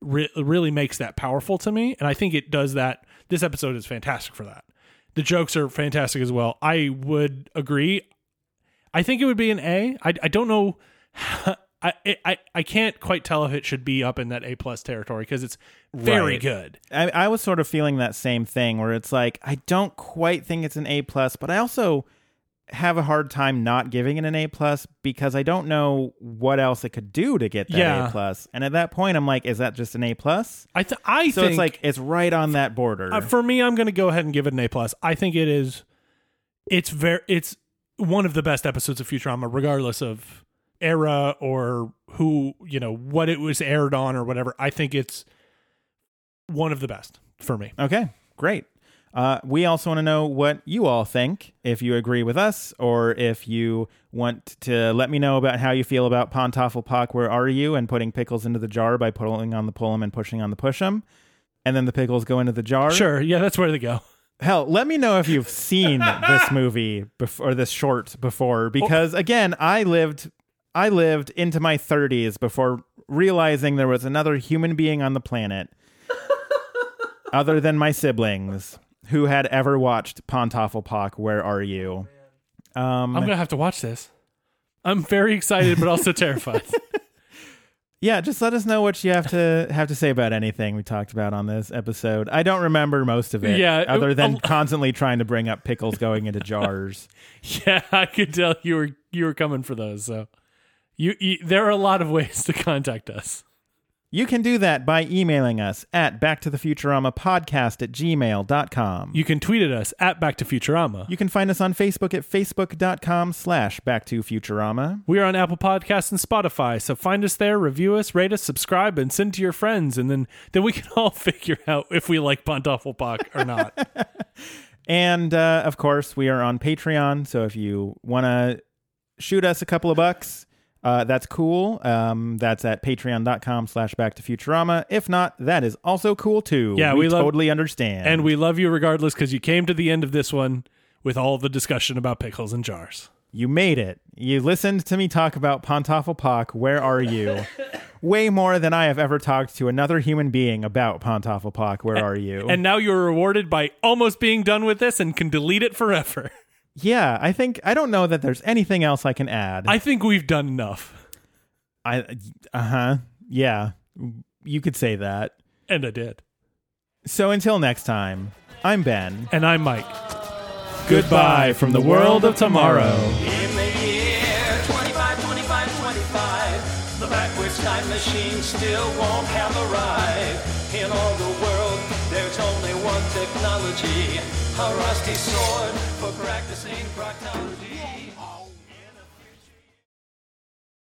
S3: re- really makes that powerful to me, and I think it does that. This episode is fantastic for that. The jokes are fantastic as well. I would agree. I think it would be an A. I, I don't know. [laughs] I, I I can't quite tell if it should be up in that A plus territory because it's very
S2: Right.
S3: good.
S2: I, I was sort of feeling that same thing where it's like I don't quite think it's an A plus, but I also have a hard time not giving it an A plus because I don't know what else it could do to get that
S3: Yeah.
S2: A plus. And at that point, I'm like, is that just an A plus?
S3: I th- I
S2: So
S3: think
S2: it's like it's right on that border.
S3: uh, for me, I'm going to go ahead and give it an A plus. I think it is. It's very. It's one of the best episodes of Futurama, regardless of era or who you know what it was aired on or whatever. I think it's one of the best for me.
S2: Okay, great. Uh, we also want to know what you all think. If you agree with us, or if you want to let me know about how you feel about Pontafelpock, where are you? And putting pickles into the jar by pulling on the pull 'em and pushing on the push 'em, and then the pickles go into the jar.
S3: Sure, yeah, that's where they go.
S2: Hell, let me know if you've seen this movie before, or this short before, because again, I lived, I lived into my 30s before realizing there was another human being on the planet, other than my siblings, who had ever watched Pontafelpock. Where are you? Um,
S3: I'm going to have to watch this. I'm very excited, but also [laughs] terrified.
S2: Yeah, just let us know what you have to have to say about anything we talked about on this episode. I don't remember most of it,
S3: Yeah,
S2: other than
S3: a-
S2: constantly trying to bring up pickles going into jars.
S3: Yeah, I could tell you were you were coming for those. So, you, you there are a lot of ways to contact us.
S2: You can do that by emailing us at backtothefuturamapodcast at gmail.com. You,
S3: You can tweet at us at Back to Futurama.
S2: you can find us on Facebook at facebook.com slash backtofuturama.
S3: we are on Apple Podcasts and Spotify, so find us there, review us, rate us, subscribe, and send to your friends, and then then we can [laughs] all figure out if we like Pondoffelbach or not.
S2: And uh, of course, we are on Patreon, so if you want to shoot us a couple of bucks, uh, that's cool. Um, that's at patreon.com slash backtofuturama. If not, that is also cool too.
S3: Yeah,
S2: we,
S3: we love-
S2: totally understand.
S3: and we love you regardless because you came to the end of this one with all the discussion about pickles and jars.
S2: You made it. You listened to me talk about Pontafelpock. Where are [laughs] you? Way more than I have ever talked to another human being about Pontafelpock. Where are you?
S3: And now you're rewarded by almost being done with this and can delete it forever. [laughs]
S2: yeah, I think I don't know that there's anything else I can add.
S3: I think we've done enough.
S2: I uh huh. Yeah, you could say that.
S3: And I did.
S2: So until next time, I'm Ben.
S3: And I'm Mike.
S2: Goodbye from the world of tomorrow.
S4: It may be here, 25, 25, 25. The backwards time machine still won't have arrived. In all the world, there's only one technology. A rusty sword for practicing proctology.